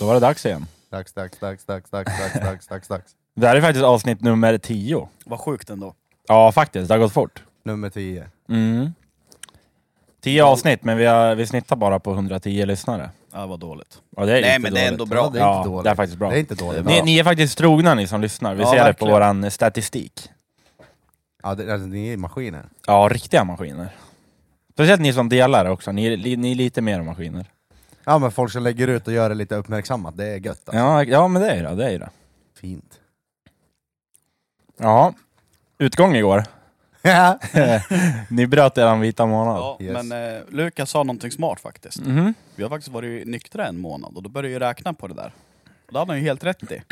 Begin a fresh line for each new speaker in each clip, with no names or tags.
var det dags igen.
Dags, dags, dags, dags, dags, dags, dags, dags, dags.
Det här är faktiskt avsnitt nummer 10.
Vad sjukt ändå.
Ja, faktiskt. Det har gått fort.
Nummer 10.
Mm. 10 avsnitt, men vi, har, vi snittar bara på 110 lyssnare.
Ja, vad dåligt.
Ja, det är
Nej
lite
men det är
dåligt.
ändå bra.
det är
Ja,
inte dåligt.
det är faktiskt bra.
Det är inte dåligt.
Ni, ni är faktiskt trogna ni som lyssnar, vi
Ja,
ser det på
verkligen.
våran statistik.
Ja, det, alltså, ni är maskiner.
Ja, riktiga maskiner. Speciellt ni som delar också, ni, är li- ni är lite mer maskiner.
Ja men folk som lägger ut och gör det lite uppmärksammat, det är gött alltså.
Ja, ja men det är det, det är det.
Fint.
Ja, utgång igår. ni bröt eran vita månad.
Ja,
Yes.
Men eh, Lukas sa någonting smart faktiskt.
Mhm.
Vi har faktiskt varit nyktra en månad och då började jag räkna på det där. Och det hade han ju helt rätt i.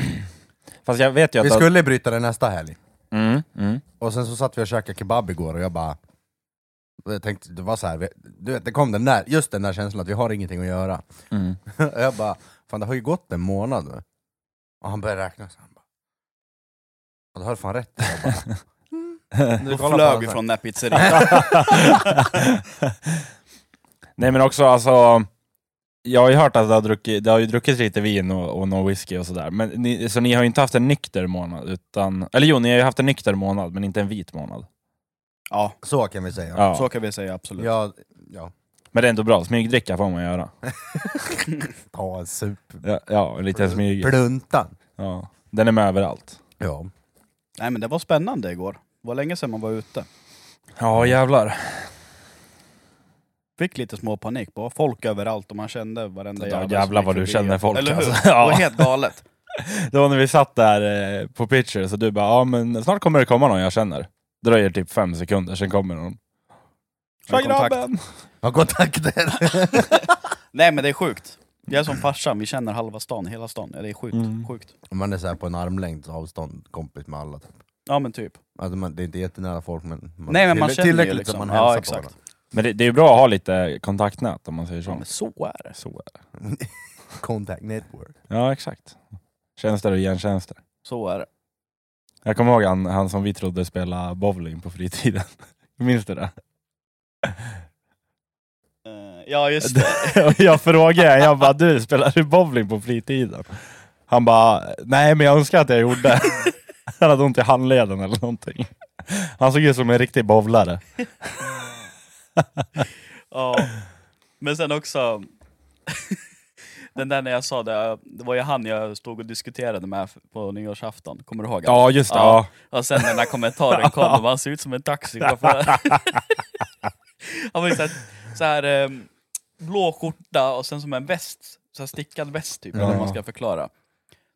Fast jag vet ju att...
Vi skulle bryta det nästa helg,
Mm, mm.
och sen så satt vi och käkade kebab igår och jag bara... Jag tänkte, det var så här, vi- du vet, det kom den där, just den där känslan att vi har ingenting att göra.
Mm.
Och jag bara, fan det har ju gått en månad nu. Och han började räkna, så han bara... Och du har fan rätt. Jag bara, kollar på
Då flög
den
vi
här.
från den här pizzerian.
Nej men också alltså, jag har ju hört att det har, druckit, det har ju druckits lite vin och, och någon whisky och sådär. Men ni, så ni har ju inte haft en nykter månad utan, eller jo ni har ju haft en nykter månad men inte en vit månad.
ja,
så kan vi säga.
Ja.
så kan vi säga absolut.
Ja, ja.
Men det är ändå bra, smygdricka får man göra.
Ta en sup.
Ja, ja lite smyg.
Pluntan.
Ja. Den är med överallt.
Ja.
Nej men det var spännande igår. Det var länge sedan man var ute.
Ja jävlar.
Fick lite små panik på folk överallt och man kände varenda
Ja,
jävel som
jävlar
gick
vad du
förbi.
känner folk,
Eller hur?
alltså.
Det
Ja.
var helt galet.
Det var när vi satt där eh, på picture så du bara ja men snart kommer det komma någon jag känner. Det dröjer typ fem sekunder, sen kommer någon.
Tja, grabben!
Har kontakter.
Nej men det är sjukt. Jag är som farsan, vi känner halva stan, hela stan. Ja, Det är sjukt.
Mm.
sjukt.
Om man är så här på en armlängds avstånd, kompis med alla. Typ.
Ja men typ.
Alltså man, det är inte jättenära folk men... Man,
Nej men man
tillräck-
känner ju
tillräckligt
liksom.
som man hälsar
ja,
på
exakt.
varandra.
Men det, det är ju bra att ha lite kontaktnät om man säger så.
Ja, men så är det.
Så är det.
Contact network.
Ja, exakt. Tjänster och gentjänster.
Så är det.
Jag kommer ihåg han, han som vi trodde spelade bowling på fritiden. Minns du det?
Eh, Ja just det.
Och jag frågade jag bara du, spelar du bowling på fritiden? Han bara, nej men jag önskar att jag gjorde. Han hade ont i handleden eller någonting. Han såg ut som en riktig bowlare.
ja. Men sen också, den där när jag sa det, det var ju han jag stod och diskuterade med på nyårsafton, kommer du ihåg? han?
Ja just det, ja.
Ja. Och sen den där kommentaren kom, och han ser ut som en taxichaufför. han var ju såhär, så här, ehm, blå skjorta och sen som en väst, så här stickad väst typ, eller hur man ska förklara.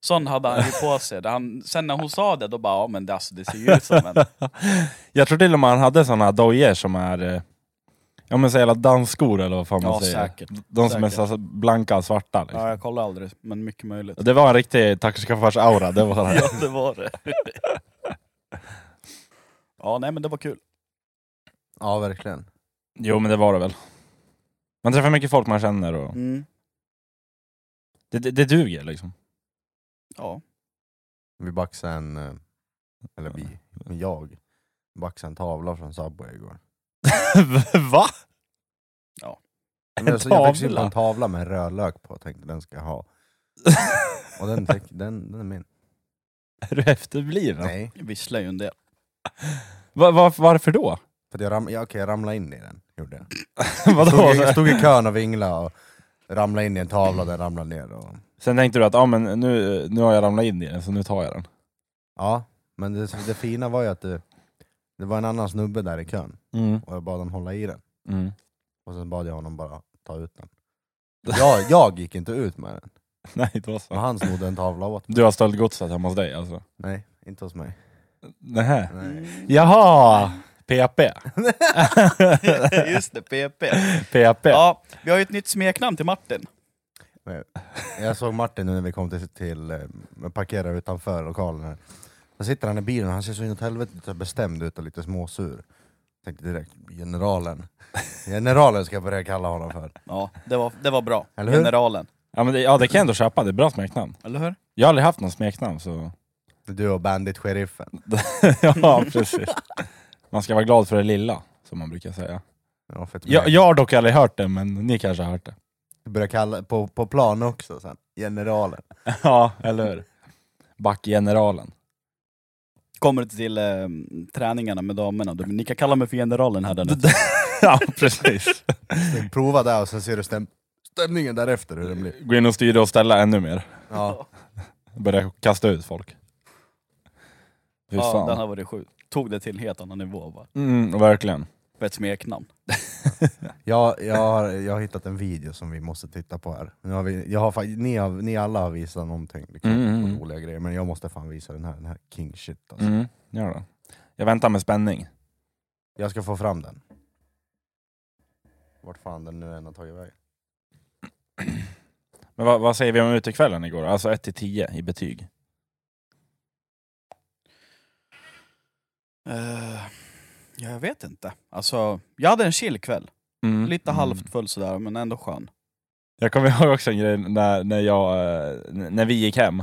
Sån hade han ju på sig. Där Han, sen när hon sa det, då bara ja men det, alltså, det ser ju ut som en...
Jag tror till och med han hade sådana dojor som är, eh, ja men så jävla dansskor eller vad fan man
Ja,
säger.
säkert.
De som är
Säkert.
så här blanka och svarta. Liksom.
Ja, jag kollar aldrig, men mycket möjligt.
Det var en riktig taxichaufförs-aura, det var det.
Ja, det var det. ja, nej men det var kul.
Ja verkligen.
Jo men det var det väl. Man träffar mycket folk man känner och
Mm.
det, det, det duger liksom.
Ja.
Vi baxade en... eh, Eller vi, men jag. Baxade en tavla från Subway igår.
Va?
Men jag- så Jag fick syn på
tavla?
en tavla med en rödlök på, tänkte den ska jag ha. Och den, fick, den, den är min.
Är du efterbliven?
Nej,
Jag visslar ju en del.
Va, va, varför då?
för att jag, ram, ja, okej, jag ramlade in i den. Gjorde jag.
Vadå?
Stod, i- stod i kön och vinglade och ramlade in i en tavla, den ramlade ner. Och,
Sen tänkte du att ah, men nu, nu har jag ramlat in i den så nu tar jag den.
ja, men det, det fina var ju att det, det var en annan snubbe där i kön,
Mm.
och jag bad honom hålla i den.
Mm.
Och sen bad jag honom bara ta ut den. Jag, jag gick inte ut med den,
Nej det var
och
så.
han snodde en tavla åt mig.
Du har stöldgodset hemma hos dig alltså?
Nej, inte hos mig.
Nähä.
Nej.
Jaha! PP.
Just det, PP.
PP.
Ja, vi har ju ett nytt smeknamn till Martin.
Jag såg Martin nu när vi kom till, till eh, parkera utanför lokalen här. Då sitter han i bilen och han ser så inåt helvete lite bestämd ut och lite småsur. Tänkte direkt, generalen. Generalen ska jag börja kalla honom för.
Ja, det var, det var bra.
Eller hur?
Generalen.
Ja, men det, ja det kan jag ändå köpa, det är bra smeknamn.
Eller hur?
Jag har aldrig haft någon smeknamn så...
Du och bandit-sheriffen.
ja precis. Man ska vara glad för det lilla, som man brukar säga.
Ja, för att-
Jag, jag har dock aldrig hört det, men ni kanske har hört det.
börja kalla på, på plan också sen. Generalen.
ja, eller hur? Backgeneralen.
Kommer till eh, träningarna med damerna, då, ni kan kalla mig för generalen här där nu.
ja, precis.
Så Prova det och sen ser du stäm, stämningen därefter hur den blir.
Gå in och styra och ställa ännu mer.
Ja.
Börja kasta ut folk. Fy
Ja, den
fan.
här var det sjuk. Tog det till en helt annan nivå. Va?
Mm, verkligen.
För ett smeknamn.
Jag, jag, har, jag har hittat en video som vi måste titta på här. Nu har vi, jag har, fa- ni, har, ni alla har visat någonting, liksom,
Mm, mm, mm.
roliga grejer, men jag måste fan visa den här, den här king shit alltså.
Mm, gör det. Jag väntar med spänning.
Jag ska få fram den. Vart fan den nu än har tagit vägen.
Men vad, vad säger vi om utekvällen igår? Alltså 1 till 10 i betyg.
Eh, ja, jag vet inte. Alltså, jag hade en chill kväll.
Mm.
Lite
Mm.
halvt full sådär, men ändå skön.
Jag kommer ihåg också en grej när, när, jag, eh, n- när vi gick hem.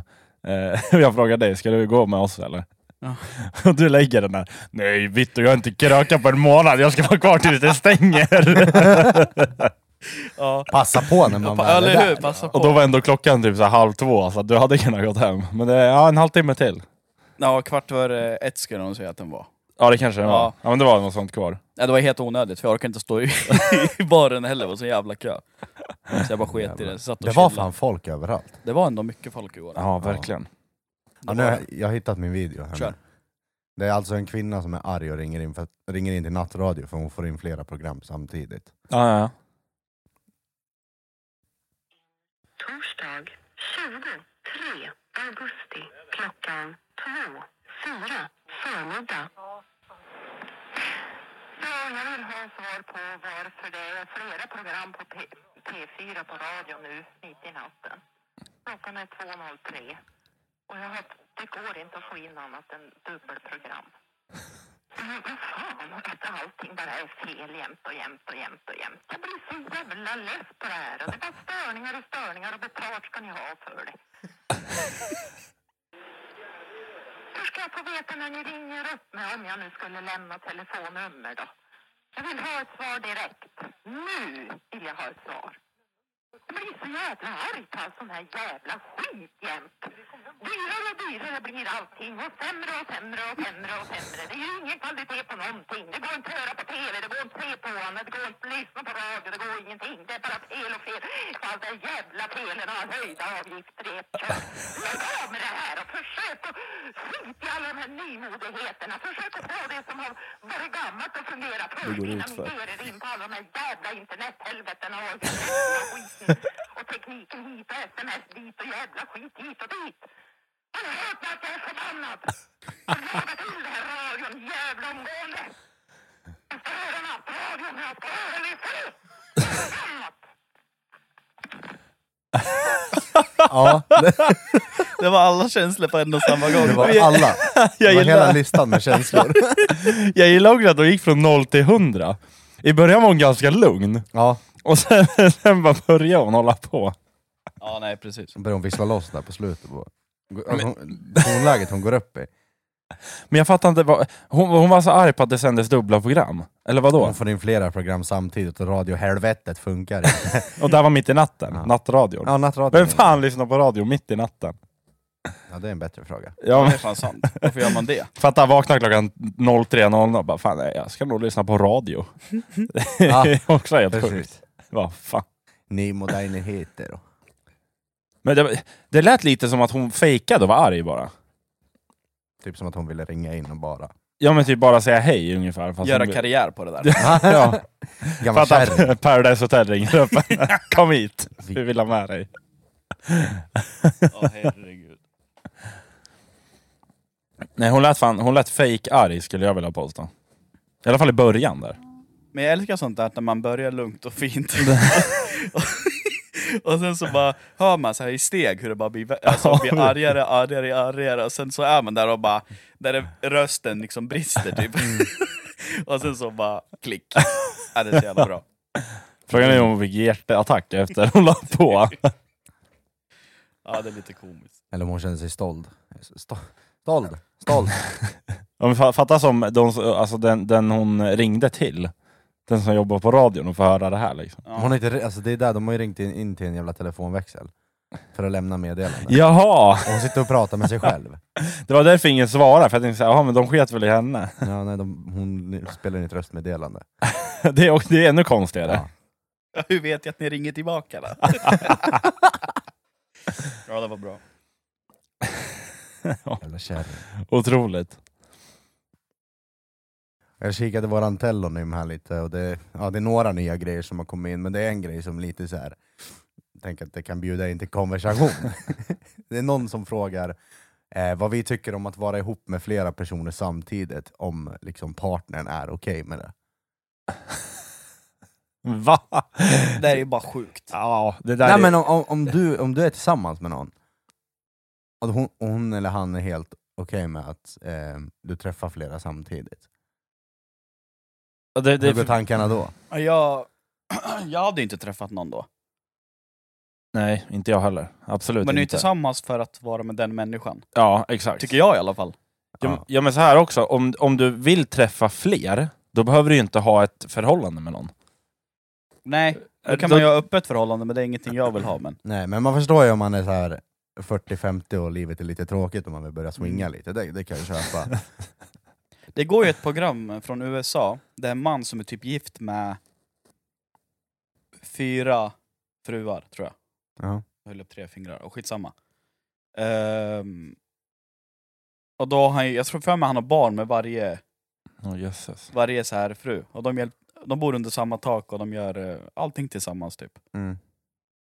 Eh, och jag frågade dig, ska du gå med oss eller?
Ja.
Och du lägger den där, nej Vittu jag har inte krökat på en månad, jag ska vara kvar tills det stänger.
Ja.
Passa på när man
Pa-
väl är
eller hur?
där!
Passa
och då
på.
var ändå klockan typ så här halv två, så att du hade kunnat gått hem. Men det, ja, en halvtimme till.
Ja, kvart över eh, ett skulle de säga att den var.
Ja det kanske det var.
Ja.
Ja men det var något sånt kvar.
Ja, det var helt onödigt, för jag orkade inte stå i, i baren heller, det var så jävla kö. Så jag bara sket i det. Satt och
Det var
chillade.
fan folk överallt.
det var ändå mycket folk igår.
Ja verkligen.
Ja, nu har jag, jag har hittat min video. Här
Kör.
nu. Det är alltså en kvinna som är arg och ringer in, för, ringer in till nattradio för hon får in flera program samtidigt.
Ja, ja, ja.
Torsdag 23 augusti klockan 2, 4 förmiddag. Ja, jag vill ha svar på varför det är flera program på P- P4 på radio nu mitt i natten. Klockan är 2.03 och jag har, det går inte att få in annat än dubbelprogram. Men vad fan, att allting bara är fel jämt och jämt och jämt och jämt. Jag blir så jävla less på det här. Och det är bara störningar och störningar och betalt ska ni ha för det. Hur ska jag få veta när ni ringer upp mig om jag nu skulle lämna telefonnummer då? Jag vill ha ett svar direkt. Nu vill jag ha ett svar. Jag blir så jävla arg på all sån här jävla skit jämt. Dyrare och dyrare blir allting och sämre och sämre och sämre och sämre. Det är ju ingen kvalitet på någonting. Det går inte att höra på TV, det går inte att se på annat, det går inte att lyssna på radio, det går ingenting. Det är bara fel och fel. Allt det jävla felen och höjda avgifter i ett kör. Lägg av med det här och försök att skit i alla de här nymodigheterna. Försök att få det som har varit gammalt att fungera förut innan ni ger er in på alla de här jävla internethelvetena och jävla skiten och tekniken hit och sms dit och jävla skit hit och dit. Har ni hört att jag är förbannad? Jag lagar till det här radion jävla omgående. Jag ska höra nattradion, jag ska höra det fri. Förbannat!
Ja, det,
Det var alla känslor på en och samma gång.
det var alla. Det var hela listan med känslor.
Jag gillar också att de gick från 0 till 100. I början var hon ganska lugn,
Ja,
och sen, sen bara började hon hålla på.
Ja, nej precis.
så började hon vissla loss där på slutet. På. Alltså, hon- Tonläget hon går upp i.
Men jag fattar inte, vad, hon, hon var så arg på att det sändes dubbla program. Eller vadå?
Hon får in flera program samtidigt och radiohelvetet funkar inte.
Och där var mitt i natten,
Ja.
nattradion.
Ja, nattradio.
Vem fan lyssnar på radio mitt i natten?
Ja, det är en bättre fråga.
Ja,
Det
men,
är fan sant. Varför gör man det?
Alltså,
fatta, vakna klockan 03.00 och bara fan, nej, jag ska nog lyssna på radio.
Ja,
Det är också helt sjukt.
precis.
Vad fan.
Ny moderniteter. och-
Men det, var- det lät lite som att hon fejkade och var arg bara.
Typ som att hon ville ringa in och bara...
Ja men typ bara säga hej ungefär. Fast
Göra
hon,
karriär på det där.
ja,
Gammal kärring.
fatta, Paradise Hotel ringer upp. Kom hit, vi vill ha med dig.
Ja, herregud.
Nej hon lät, fan, hon lät fake arg skulle jag vilja påstå. I alla fall i början där.
Men jag älskar sånt där när man börjar lugnt och fint. Och- Och sen så bara hör man så här i steg hur det bara blir, vä- alltså, blir argare, argare, argare och sen så är man där och bara, där det- rösten liksom brister typ. Och sen så bara klick. Ja, det är så jävla bra.
Frågan är om hon fick hjärtattack efter hon la på.
Ja, det är lite komiskt.
Eller om hon känner sig stold. Sto- Stold! Stold!
Om vi fa- fattar som de, alltså den, den hon ringde till den som jobbar på radion och får höra det här liksom.
Hon har inte, re- alltså det är där, de har ju ringt in, in till en jävla telefonväxel för att lämna meddelande.
Jaha!
Och hon sitter och pratar med sig själv.
Det var därför ingen svarade, för jag tänkte såhär, jaha men de sket väl i henne.
Ja, nej, de, hon spelar in ett röstmeddelande.
Det är, och det är ännu konstigare.
Ja.
Hur vet jag att ni ringer tillbaka då? ja, det var bra.
Jävla kärring.
Otroligt.
Jag kikade våran telonym här lite, och det, ja, det är några nya grejer som har kommit in, men det är en grej som lite så här. jag tänker att det kan bjuda in till konversation. det är någon som frågar eh, vad vi tycker om att vara ihop med flera personer samtidigt, om liksom, partnern är okej med det.
Va?
Det här är ju bara sjukt.
Ja, det där
Nej,
är...
men om, om, om, du, om du är tillsammans med någon, och hon, och hon eller han är helt okej med att eh, du träffar flera samtidigt,
Ja, det, det,
hur går tankarna då?
Ja, Jag, jag hade inte träffat någon då.
Nej, inte jag heller. Absolut
Men ni är ju
inte.
tillsammans för att vara med den människan.
Ja, exakt.
Tycker jag i alla fall.
Ja, ja men så här också, om, om du vill träffa fler, då behöver du ju inte ha ett förhållande med någon.
Nej, då kan
Då-
man ju ha öppet förhållande men det är ingenting jag vill ha. Men...
Nej, men man förstår ju om man är så här 40-50 och livet är lite tråkigt och man vill börja swinga
Mm.
lite, det, det kan jag köpa.
Det går ju ett program från USA, där en man som är typ gift med fyra fruar, tror jag.
ja.
Jag höll upp tre fingrar, och skitsamma. Ehm, och då har han, ju- jag tror för mig han har barn med varje,
Åh jösses.
varje så här fru. Och de, hjälp, de bor under samma tak och de gör eh, allting tillsammans typ.
mm.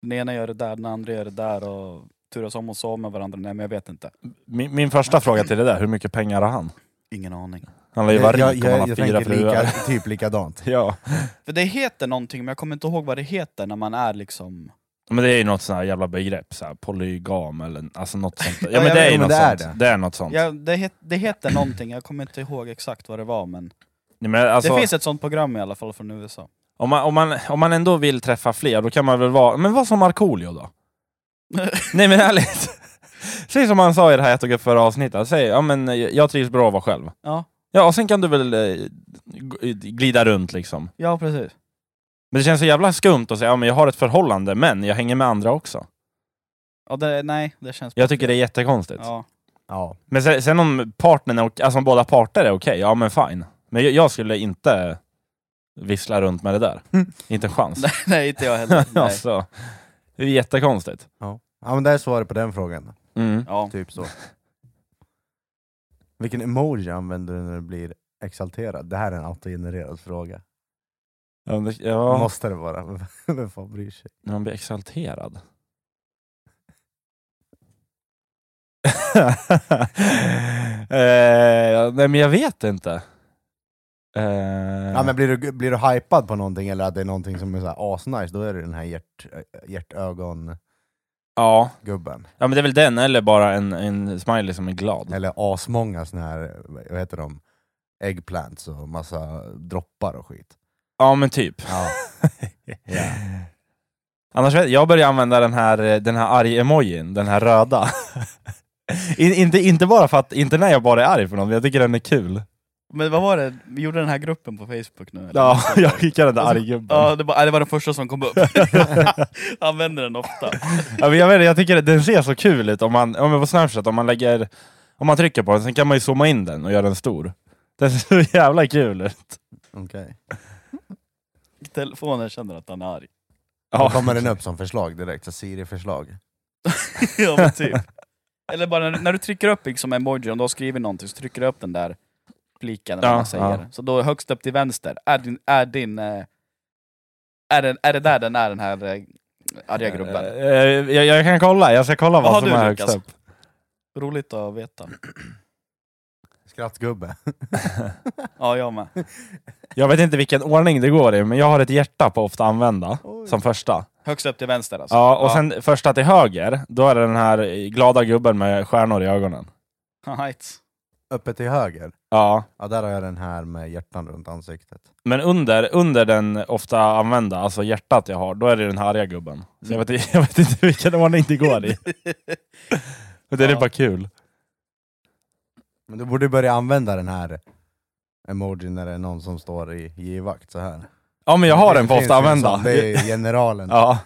Den ena gör det där, den andra gör det där och turas om och sover med varandra. Nej men jag vet inte.
Min, min första fråga till det där, hur mycket pengar har han?
Ingen aning.
Han lär ju vara
Jag,
rik
jag,
om han
jag,
har
jag
fyra
tänker lika,
fruar.
typ likadant.
Ja.
För det heter någonting men jag kommer inte ihåg vad det heter när man är liksom...
Men det är ju något sånt här jävla begrepp, så här polygam eller alltså något sånt. Ja,
Ja,
men
jag
det är
vet,
ju
men
något
det är
sånt.
det.
Det är något sånt.
Ja, det, het, det heter någonting, jag kommer inte ihåg exakt vad det var men...
Nej, men alltså,
det finns ett sånt program i alla fall från USA.
om, man, om, man, om man ändå vill träffa fler, då kan man väl vara... Men vad som Markoolio då? Nej men ärligt. Säg som han sa i det här jag tog upp förra avsnittet, han säger ja, men, eh, jag trivs bra att vara själv.
Ja,
Ja, och sen kan du väl eh, g- glida runt liksom.
ja precis.
Men det känns så jävla skumt att säga ja, men jag har ett förhållande, men jag hänger med andra också.
Ja, det, nej, det känns...
Jag tycker det är jättekonstigt.
Ja.
Ja.
Men sen, sen om partnern är okej, alltså om båda parter är okej, ja men fine. Men jag, jag skulle inte vissla runt med det där. inte en chans.
Nej, nej, inte jag heller. Nej.
alltså, det är jättekonstigt.
ja, men det är svaret på den frågan.
Mm.
Ja.
Typ så. Vilken emoji använder du när du blir exalterad? Det här är en autogenererad fråga.
Ja, men det- ja,
Måste det vara? Vem fan bryr sig?
när man blir exalterad. eh, nej men jag vet inte. Eh,
Ja, men blir, du, blir du hypad på någonting eller att det är någonting som är så här asnice, då är det den här hjärt, hjärtögon-gubben.
ja. Ja men det är väl den, eller bara en, en smiley som är glad.
Eller asmånga såna här, vad heter de, eggplants och massa droppar och skit.
Ja men typ.
Ja. ja.
Annars vet jag, börjar använda den här, eh, den här arg-emojin, den här röda. In, inte, inte bara för att, inte när jag bara är arg på någon, men jag tycker den är kul.
Men vad var det, vi gjorde den här gruppen på Facebook nu? Eller?
Ja, jag skickar den där arg-gubben.
Ja, det var, nej, det var den första som kom upp. Använder den ofta.
Ja, men jag, vet, inte, jag tycker att den ser så kul ut om man, om man på Snapchat, om man lägger, om man trycker på den, sen kan man ju zooma in den och göra den stor. Den ser så jävla kul ut.
Okej.
Telefonen känner att han är arg.
Då
Ja,
kommer den upp som förslag direkt, så Siri-förslag.
ja, men typ. Eller bara när, när du trycker upp liksom emoji, om du har skrivit någonting så trycker du upp den där fliken eller
Ja,
vad man säger.
ja.
Så då högst upp till vänster, är din... Är, din, eh, är, den, är det där den är den här eh, arga
Eh,
gruppen?
eh, jag, jag kan kolla, jag ska kolla vad
Vad har
som
du,
är högst
Lukas?
upp.
Roligt att veta.
Skrattgubbe.
Ja, jag med.
Jag vet inte vilken ordning det går i, men jag har ett hjärta på ofta använda som första.
Högst upp till vänster alltså.
Ja, och sen första till höger, då är det den här glada gubben med stjärnor i ögonen.
Alright.
Uppe till höger,
Ja,
ja, där har jag den här med hjärtan runt ansiktet.
men under, under den ofta använda, alltså hjärtat jag har, då är det den här arga gubben. Så
Mm.
jag vet, jag vet inte vilken ordning det går i. Men det är
Ja.
bara kul.
Men du borde börja använda den här emojin när det är någon som står i givakt så här.
Ja men jag har
Det
den på
finns
ofta
en
använda.
sån, Det är generalen.
Ja.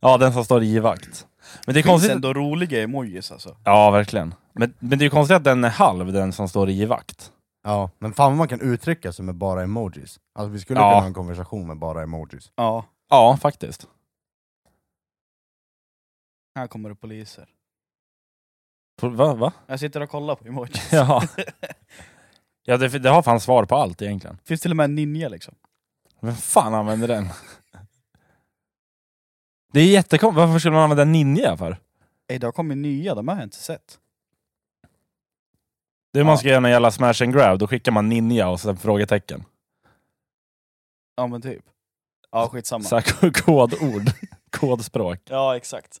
ja, den som står i vakt. Men det är
Finns
konstigt...
ändå roliga emojis alltså.
Ja, verkligen. Men, men det är ju konstigt att den är halv, den som står i vakt.
Ja, men fan vad man kan uttrycka sig med bara emojis. Alltså vi skulle
Ja.
kunna ha en konversation med bara emojis.
Ja,
Ja, faktiskt.
här kommer det poliser.
Va? va?
Jag sitter och kollar på emojis.
Ja, ja det, det har fan svar på allt egentligen.
Finns till och med en ninja liksom.
Vem fan använder den? Det är jättekonstigt. Varför skulle man använda ninja för?
Ey, det har kommit nya, de har jag inte sett.
Det man ska göra en jävla smash and grab, då skickar man ninja och sen frågetecken.
Ja men typ. Ja skitsamma.
Så här, kodord. Kodspråk.
Ja exakt.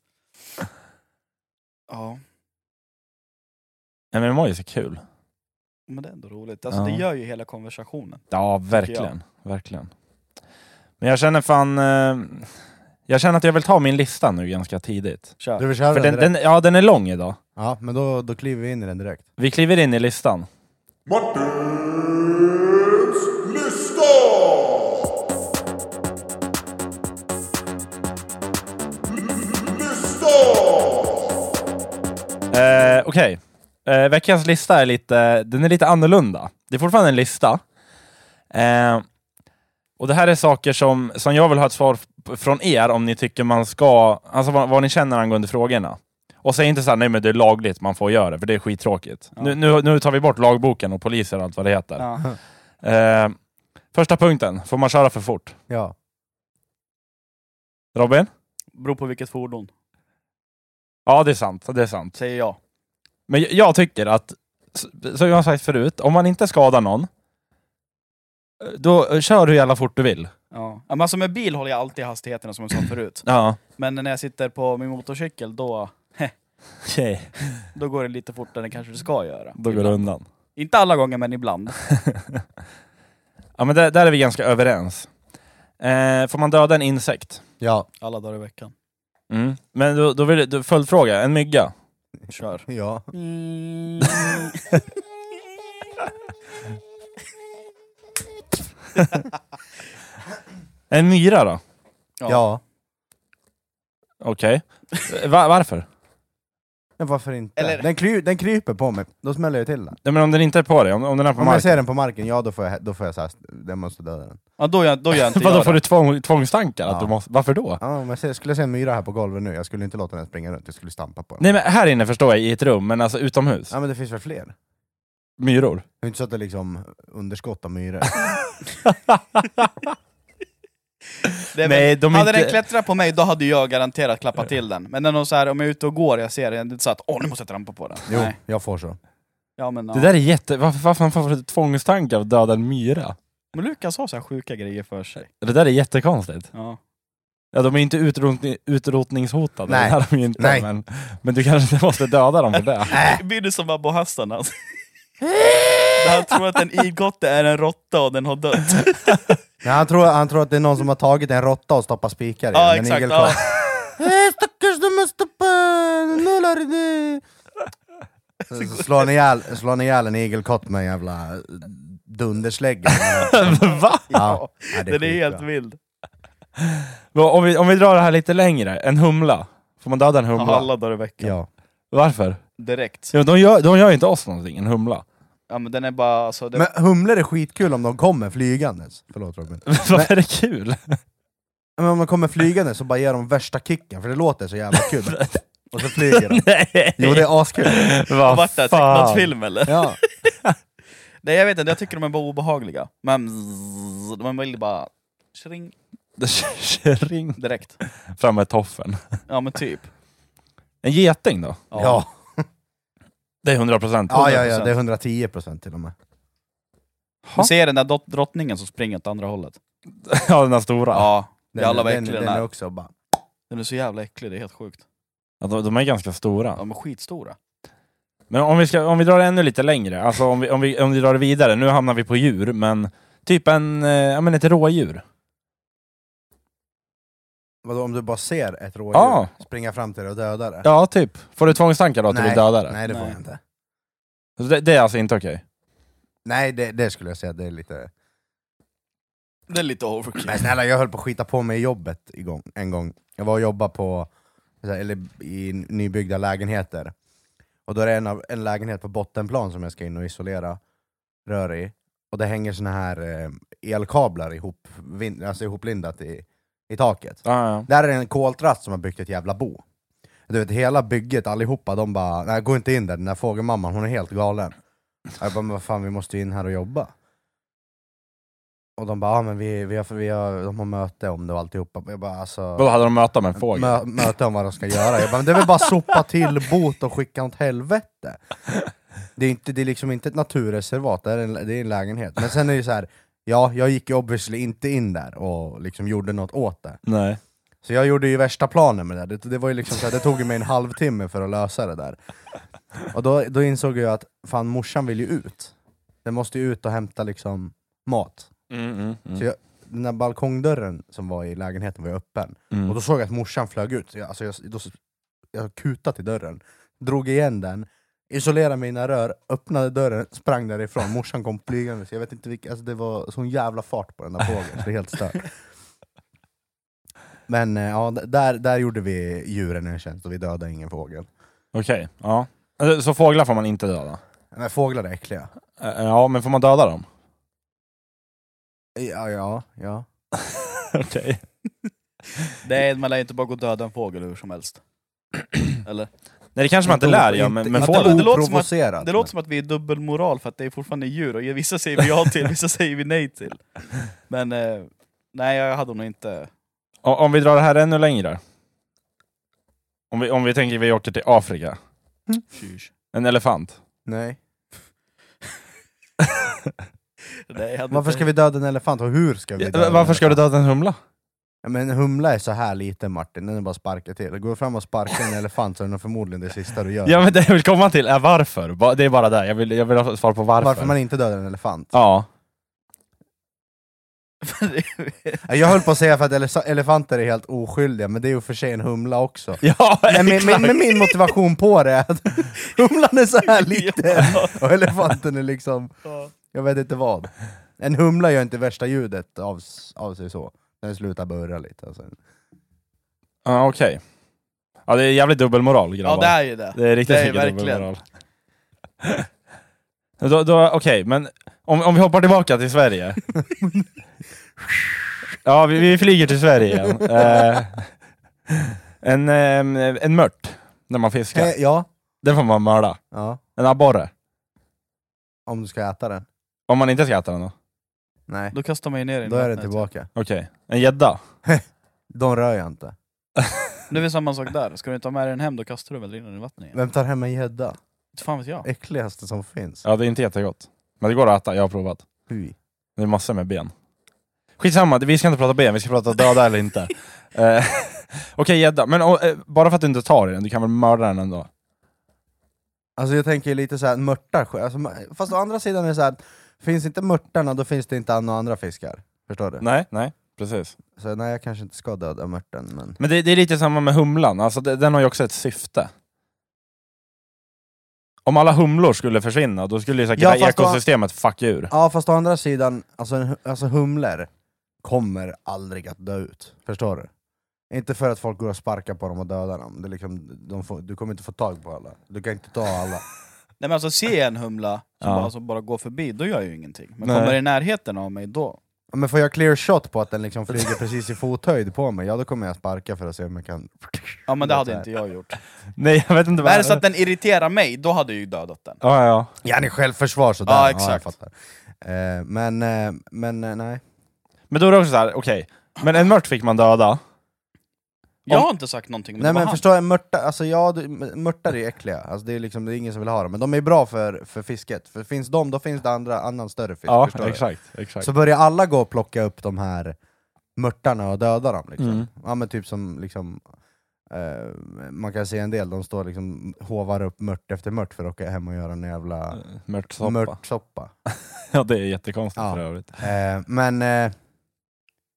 Ja,
Nej men emojis är kul.
men det är ändå roligt. Alltså
Ja.
det gör ju hela konversationen.
Ja, verkligen. Verkligen. Men jag känner fan... Eh, jag känner att jag vill ta min lista nu ganska tidigt.
Kör.
Du vill köra
För
den,
den,
direkt?
den, ja, den är lång idag.
Ja, men då, då kliver vi in i den direkt.
Vi kliver in i listan. Eh, Okej. Eh, veckans lista är lite, den är lite annorlunda. Det är fortfarande en lista. Eh, och det här är saker som, som jag vill ha ett svar f- från er om ni tycker man ska, alltså vad, vad ni känner angående frågorna. Och säg inte såhär, nej men det är lagligt, man får göra det, för det är skittråkigt. Nu, nu, nu tar vi bort lagboken och poliser och allt vad det heter.
Ja.
Eh, första punkten, får man köra för fort?
Ja.
Robin?
Beror på vilket fordon,
Ja, det är sant. Det är sant.
säger jag.
Men jag- jag tycker att, s- som jag har sagt förut, om man inte skadar någon, eh, då eh, kör du jävla fort du vill.
Ja. Ja, men alltså med bil håller jag alltid hastigheterna som jag sa förut.
Ja.
Men när jag sitter på min motorcykel då, då går det lite fortare än kanske det ska göra.
Då går det undan.
Inte alla gånger men ibland.
Ja, men där, där är vi ganska överens. Eh, får man döda en insekt?
Ja.
Alla dagar i veckan.
Mm. Men då, då vill jag- då, följdfråga, en mygga?
Kör.
Ja.
Mm.
En myra då?
Ja.
Ja.
Okej. Va, varför?
Men varför inte?
Eller-
Den, kry, den kryper på mig, då smäller jag till den.
Nej, men om den inte är på dig, om, om den är på
Om jag
marken?
ser den på marken, ja då får jag, då får jag såhär, den måste döda den.
Ja, då, gör, då gör inte
Vadå,
jag
får
det.
du tvång, tvångstankar? Att
Ja.
du måste, varför då?
Ja, om jag ser, skulle jag se en myra här på golvet nu, jag skulle inte låta den springa runt, jag skulle stampa på den.
Nej men här inne förstår jag, i ett rum, men alltså utomhus?
Ja men det finns väl fler? Det
Myror?
är inte så att det är liksom underskott av myror.
det är väl-
Nej, de är
hade
inte...
den klättrat på mig då hade jag garanterat klappat till den. Men när någon så här, om jag är ute och går jag ser den, det är inte så att åh nu måste jag trampa på den.
Jo,
Nej.
jag får så.
Ja, men, ja.
Det där är jätte... Varför, varför man får tvångstankar av att döda en myra?
men Lukas har så här sjuka grejer för sig.
Det där är jättekonstigt.
Ja.
Ja, de är inte utrotning, utrotningshotade,
Nej.
Det är de ju inte,
Nej.
Men, men du kanske inte måste döda dem för det.
Blir du som Abbo Hassan alltså? Han tror att en igotte är en råtta och den har dött.
Nej, han, tror, han tror att det är någon som har tagit en råtta och stoppat spikar i
Ja,
den, en
exakt,
igelkott.
ja.
Hej stackars du måste på nollar i det. Så Slår ni ihjäl, slår ni ihjäl en igelkott med en jävla dunderslägga?
Va?
Ja, ja,
Den är helt
skitbra.
vild.
Va, Om vi, om vi drar det här lite längre, en humla. Får man döda en humla?
Alla dagar i veckan.
Ja.
Varför?
Direkt.
Ja, de, gör, de gör inte oss någonting, en humla.
Ja, men den är bara, alltså, det,
Men humlor är skitkul om de kommer flygandes. Förlåt Robin.
Varför är det kul?
Men om de kommer flygandes så bara ger de värsta kicken, för det låter så jävla kul. Och så flyger de.
Nej!
Jo det är askul.
Vad
vart det? Tecknad film eller?
Ja.
Nej jag vet inte, jag tycker de är bara obehagliga. Men zzz, man vill bara... Tjring,
Ring
direkt.
fram med toffen.
Ja men typ.
En geting då?
Ja.
Det är 100 procent.
Ja, ja, ja, det är 110 procent till och med.
Du ser den där dot- drottningen som springer åt andra hållet?
ja, den här stora.
Ja. Den, Jävlar vad
den,
äcklig
den,
den,
är
är.
också bara...
Den är så jävla äcklig, det är helt sjukt.
Ja, de, de är ganska stora.
De är skitstora.
Men om vi, ska, om vi drar det ännu lite längre, alltså om vi, om, vi, om vi drar det vidare, nu hamnar vi på djur, men typ en, eh, ja men ett rådjur.
Vadå, om du bara ser ett rådjur
Ah.
Ja.
springa fram till dig och döda det?
Ja, typ. Får du tvångstankar då att du vill döda det?
Nej det får
Nej.
jag inte.
Så det? Det är alltså inte okej?
Nej det, det skulle jag säga, det är lite...
Det är lite overkill.
Men snälla, jag höll på att skita på mig i jobbet igång, en gång. Jag var och jobbade på, så här, eller i nybyggda lägenheter. Och då är det en, av, en lägenhet på bottenplan som jag ska in och isolera rör i. Och det hänger såna här eh, elkablar ihop, vin, alltså ihoplindat i, i taket.
Ja, ja.
Där är det en koltrast som har byggt ett jävla bo. Du vet, hela bygget, allihopa, de bara nej gå inte in där, den där fågelmamman hon är helt galen. Jag bara, men vad fan vi måste ju in här och jobba. Och de bara, ja men vi, vi, har, vi har, de har möte om det och alltihopa. Jag bara, alltså,
Vadå, hade de möte med en fågel?
mö, möte om vad de ska göra. Jag bara, men det är väl bara sopa till bot och skicka åt helvete. Det är, inte, det är liksom inte ett naturreservat, det är en, det är en lägenhet. Men sen är det ju så här, ja jag gick ju obviously inte in där och liksom gjorde något åt det.
Nej.
Så jag gjorde ju värsta planen med det där. Det, det, var ju liksom så här, det tog ju mig en halvtimme för att lösa det där. Och då, då insåg jag att fan morsan vill ju ut. Den måste ju ut och hämta liksom mat.
Mm, mm,
Så jag, den där balkongdörren som var i lägenheten var ju öppen.
mm.
Och då såg jag att morsan flög ut. Så Jag, alltså jag, då, jag kutade till dörren, drog igen den, isolerade mina rör, öppnade dörren, sprang därifrån. Morsan kom flygande. Så jag vet inte vilka, alltså det var sån jävla fart på den där fågeln, så det är helt stört. Men eh, ja, d- där, där gjorde vi djuren en tjänst och vi dödade ingen fågel.
Okej, ja. Alltså, Så fåglar får man inte döda?
Men fåglar är äckliga.
Eh, Ja, men får man döda dem?
Ja, ja, ja.
Okej.
Nej, man lär ju inte bara gå och döda en fågel hur som helst. Eller?
Nej, det kanske man inte lär, ja, men, men
inte
fåglar...
det låter som att-
oprovocerat.
Det låter som att vi är dubbelmoral för att det är fortfarande djur och vissa säger vi ja till, vissa säger vi nej till. Men eh, nej, jag hade nog inte...
O- Om vi drar det här ännu längre. Om vi, om vi tänker vi åker till Afrika.
Tjus.
En elefant.
Nej.
Nej, jag hade
Varför
inte-
ska vi döda en elefant och hur ska vi döda
Ja,
en
Varför ska du
elefant?
döda en humla?
Ja, men en humla är så här liten Martin, den är bara att sparka till. Går du fram och sparkar en elefant så är det nog förmodligen det sista du gör.
Ja, men det jag vill komma till är varför. Ba- Det är bara det. Jag vill, jag vill ha svar på varför.
varför? man inte dödar en elefant?
Ja.
Ja, Jag höll på att säga för att elef- elefanter är helt oskyldiga, men det är ju för sig en humla också.
Ja,
Men min,
exakt.
min, men min motivation på det är att humlan är så här liten och elefanten är liksom, jag vet inte vad. En humla gör inte värsta ljudet av, s- av sig så, den slutar burra lite. Alltså.
Ja, okej. Ja, det är jävligt dubbelmoral, grabbar.
Ja, det är ju det.
Det är riktigt
Det är
mycket
verkligen.
dubbelmoral. då, då, Okej, men om, om vi hoppar tillbaka till Sverige. ja, vi, vi flyger till Sverige igen. Eh, en, ehm, en mört, när man fiskar,
Eh, Ja,
den får man mörda.
ja,
En abborre,
om du ska äta den.
om man inte ska äta den då.
Nej,
Då kastar man ju ner i
då är den
vattnet.
tillbaka.
Okej, en gädda.
De rör jag inte.
Nu är det samma sak där. Ska du inte ha med dig den hem, då kastar du väl in den i vattnet igen?
Vem tar hem en gädda?
Inte fan vet jag.
Äckligaste som finns.
Ja, det är inte jättegott. Men det går att äta, jag har provat.
Fy.
Det är massor med ben. Skitsamma, vi ska inte prata ben, vi ska prata döda eller inte. Eh, Okej, gädda. Men och, eh, bara för att du inte tar i den, du kan väl mörda den ändå?
Alltså jag tänker lite såhär, mörtar, sk- alltså, ma- fast å andra sidan är det såhär, finns inte mörtarna då finns det inte an- och andra fiskar. Förstår du?
Nej, nej, precis.
Så nej, jag kanske inte ska döda mörten, men...
Men det, det är lite samma med humlan, alltså, det, den har ju också ett syfte. Om alla humlor skulle försvinna, då skulle ju säkert
Ja,
det här
fast då-
ekosystemet fucka ur.
Ja fast å andra sidan, alltså, en hu- alltså humlor kommer aldrig att dö ut. Förstår du? Inte för att folk går och sparkar på dem och dödar dem, det är liksom, de får, du kommer inte få tag på alla. Du kan inte ta alla.
Nej men alltså, se en humla som,
Ja.
bara, som bara går förbi, då gör jag ju ingenting. Men
Nej.
kommer i närheten av mig, då...
Ja, Men får jag clear shot på att den liksom flyger precis i fothöjd på mig, ja då kommer jag sparka för att se om jag kan...
Ja men det
Det är
hade
så här.
inte jag gjort.
Nej, jag vet inte
Men
vad...
är det så att den irriterar mig, då hade jag ju dödat den.
Ja, ja.
Ja, ni självförsvar sådär.
Ja, exakt.
jag fattar. Eh, men, eh, men eh, nej.
Men då är det också så här, okej. Men en mört fick man döda.
Jag
Om-
har inte sagt någonting, men
Nej
det var
men
han.
förstår jag, mörta, alltså ja, du- m- mörtar är äckliga, alltså, det, är liksom, det är ingen som vill ha dem, men de är bra för, för fisket, för finns de då finns det andra, annan större fisk,
Ja,
förstår du?
exakt. exakt.
Så börjar alla gå och plocka upp de här mörtarna och döda dem liksom.
Mm.
Ja men typ som, liksom, eh, man kan se en del, de står liksom hovar upp mört efter mört för att åka hem och göra en jävla
Mörtsoppa.
mörtsoppa.
Ja, det är jättekonstigt
Ja.
för övrigt.
Eh, men eh,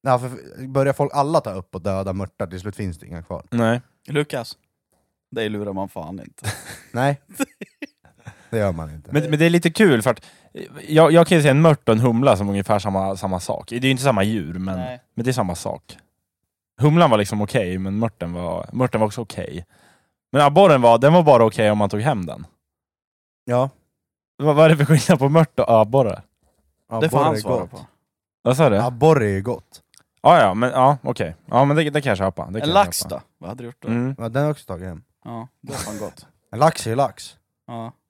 ja, för börjar folk alla ta upp och döda mörtar, till slut finns det inga kvar.
Nej.
Lukas, dig lurar man fan inte.
Nej. Det gör man inte.
Men, men det är lite kul för att eh, jag, jag kan ju se en mört och en humla som ungefär samma, samma sak. Det är ju inte samma djur, men,
Nej.
men det är samma sak. Humlan var liksom okej, men mörten var, mörten var också okej. Men abborren var, den var bara okej om man tog hem den.
ja.
Vad, vad är det för skillnad på mört och abborre?
Det får
abborre
han
är
svara
gott.
på.
Vad sa du? Ja,
Abborre är ju gott.
ja, men ja, okej. Ja, men det, det kan jag köpa. Det kan
En
jag
lax
köpa.
då? Vad hade du gjort då?
Mm.
Ja, den har jag också tagit hem.
Ja, det är fan gott.
En lax är ju lax.
Ja.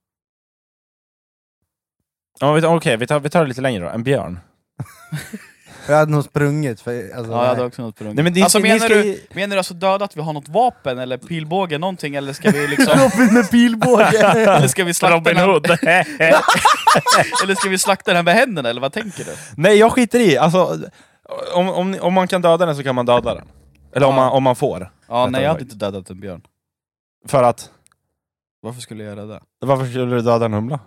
Ja, vi- Okej, vi, tar, vi tar det lite längre då. En björn.
Jag hade nog sprungit för... Alltså,
Ja, jag hade
nej.
också något på
Nej,
rungen.
men det,
Alltså
ni
menar
ska-
du, menar du alltså döda att vi har något vapen eller pilbåge någonting eller ska vi liksom...
Robin med pilbåge!
eller ska vi slakta
Robin
den här,
Hood.
eller ska vi slakta den med händerna eller vad tänker du?
Nej, jag skiter i. Alltså, om, om, ni- om man kan döda den så kan man döda den. Eller om,
Ja.
man, om man får.
Ja, nej jag
sagt.
hade inte dödat en björn.
För att,
Varför skulle jag göra det?
varför skulle du döda en humla?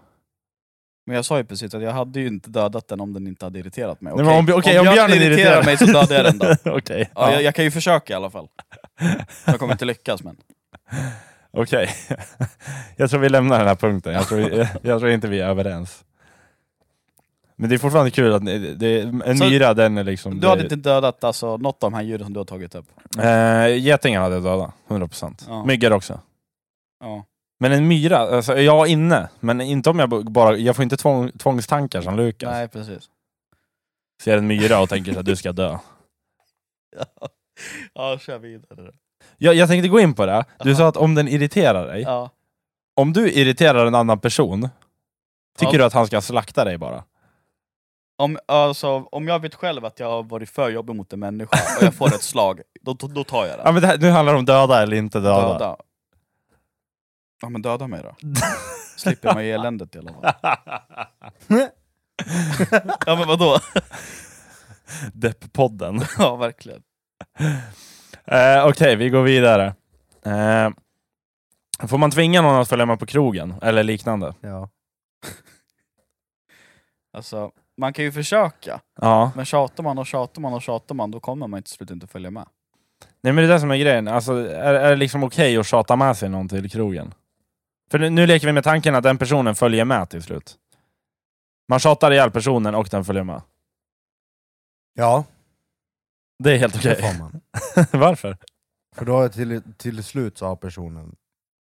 Men jag sa ju precis att jag hade ju inte dödat den om den inte hade irriterat mig.
Nej, men om- okej, om björnen irriterar-
mig så dödar jag den då. Ja,
Okej.
Jag, jag kan ju försöka i alla fall. Jag kommer inte lyckas men.
Okej. jag tror vi lämnar den här punkten. Jag tror, jag tror inte vi är överens. Men det är fortfarande kul att ni, det, en
Så-
myra, den är liksom...
Du hade
det-
inte dödat alltså, något av de här djuren som du har tagit upp?
Eh, getingar hade jag dödat, 100%.
Ja.
Myggor också.
Ja.
Men en myra, alltså jag är inne, men inte om jag b- bara... Jag får inte tvång, tvångstankar som Lukas.
Nej precis.
Ser en myra och tänker så att du ska dö.
Ja, ja kör vidare.
Jag, jag tänkte gå in på det. Du sa att om den irriterar dig,
Ja.
om du irriterar en annan person, tycker
Ja.
du att han ska slakta dig bara?
Om, alltså, om jag vet själv att jag har varit för jobbig mot en människa och jag får ett slag, då, då, då tar jag det.
Ja, men det här, nu handlar det om döda eller inte döda.
Döda. Ja men döda mig då. Slipper man ju eländet i alla fall. Ja men vadå?
Depp-podden.
Ja verkligen.
Eh, Okej, vi går vidare. Eh, får man tvinga någon att följa med på krogen eller liknande?
ja.
Alltså, man kan ju försöka,
Ja.
men tjatar man och tjatar man och tjatar man då kommer man till slut inte följa med.
Nej, men det är det som är grejen. Alltså, är, är det liksom okej att tjata med sig någon till krogen? För nu, nu leker vi med tanken att den personen följer med till slut. Man tjatar ihjäl personen och den följer med.
Ja,
Det är helt okej.
det får man.
Varför?
För då är till, till slut så har personen...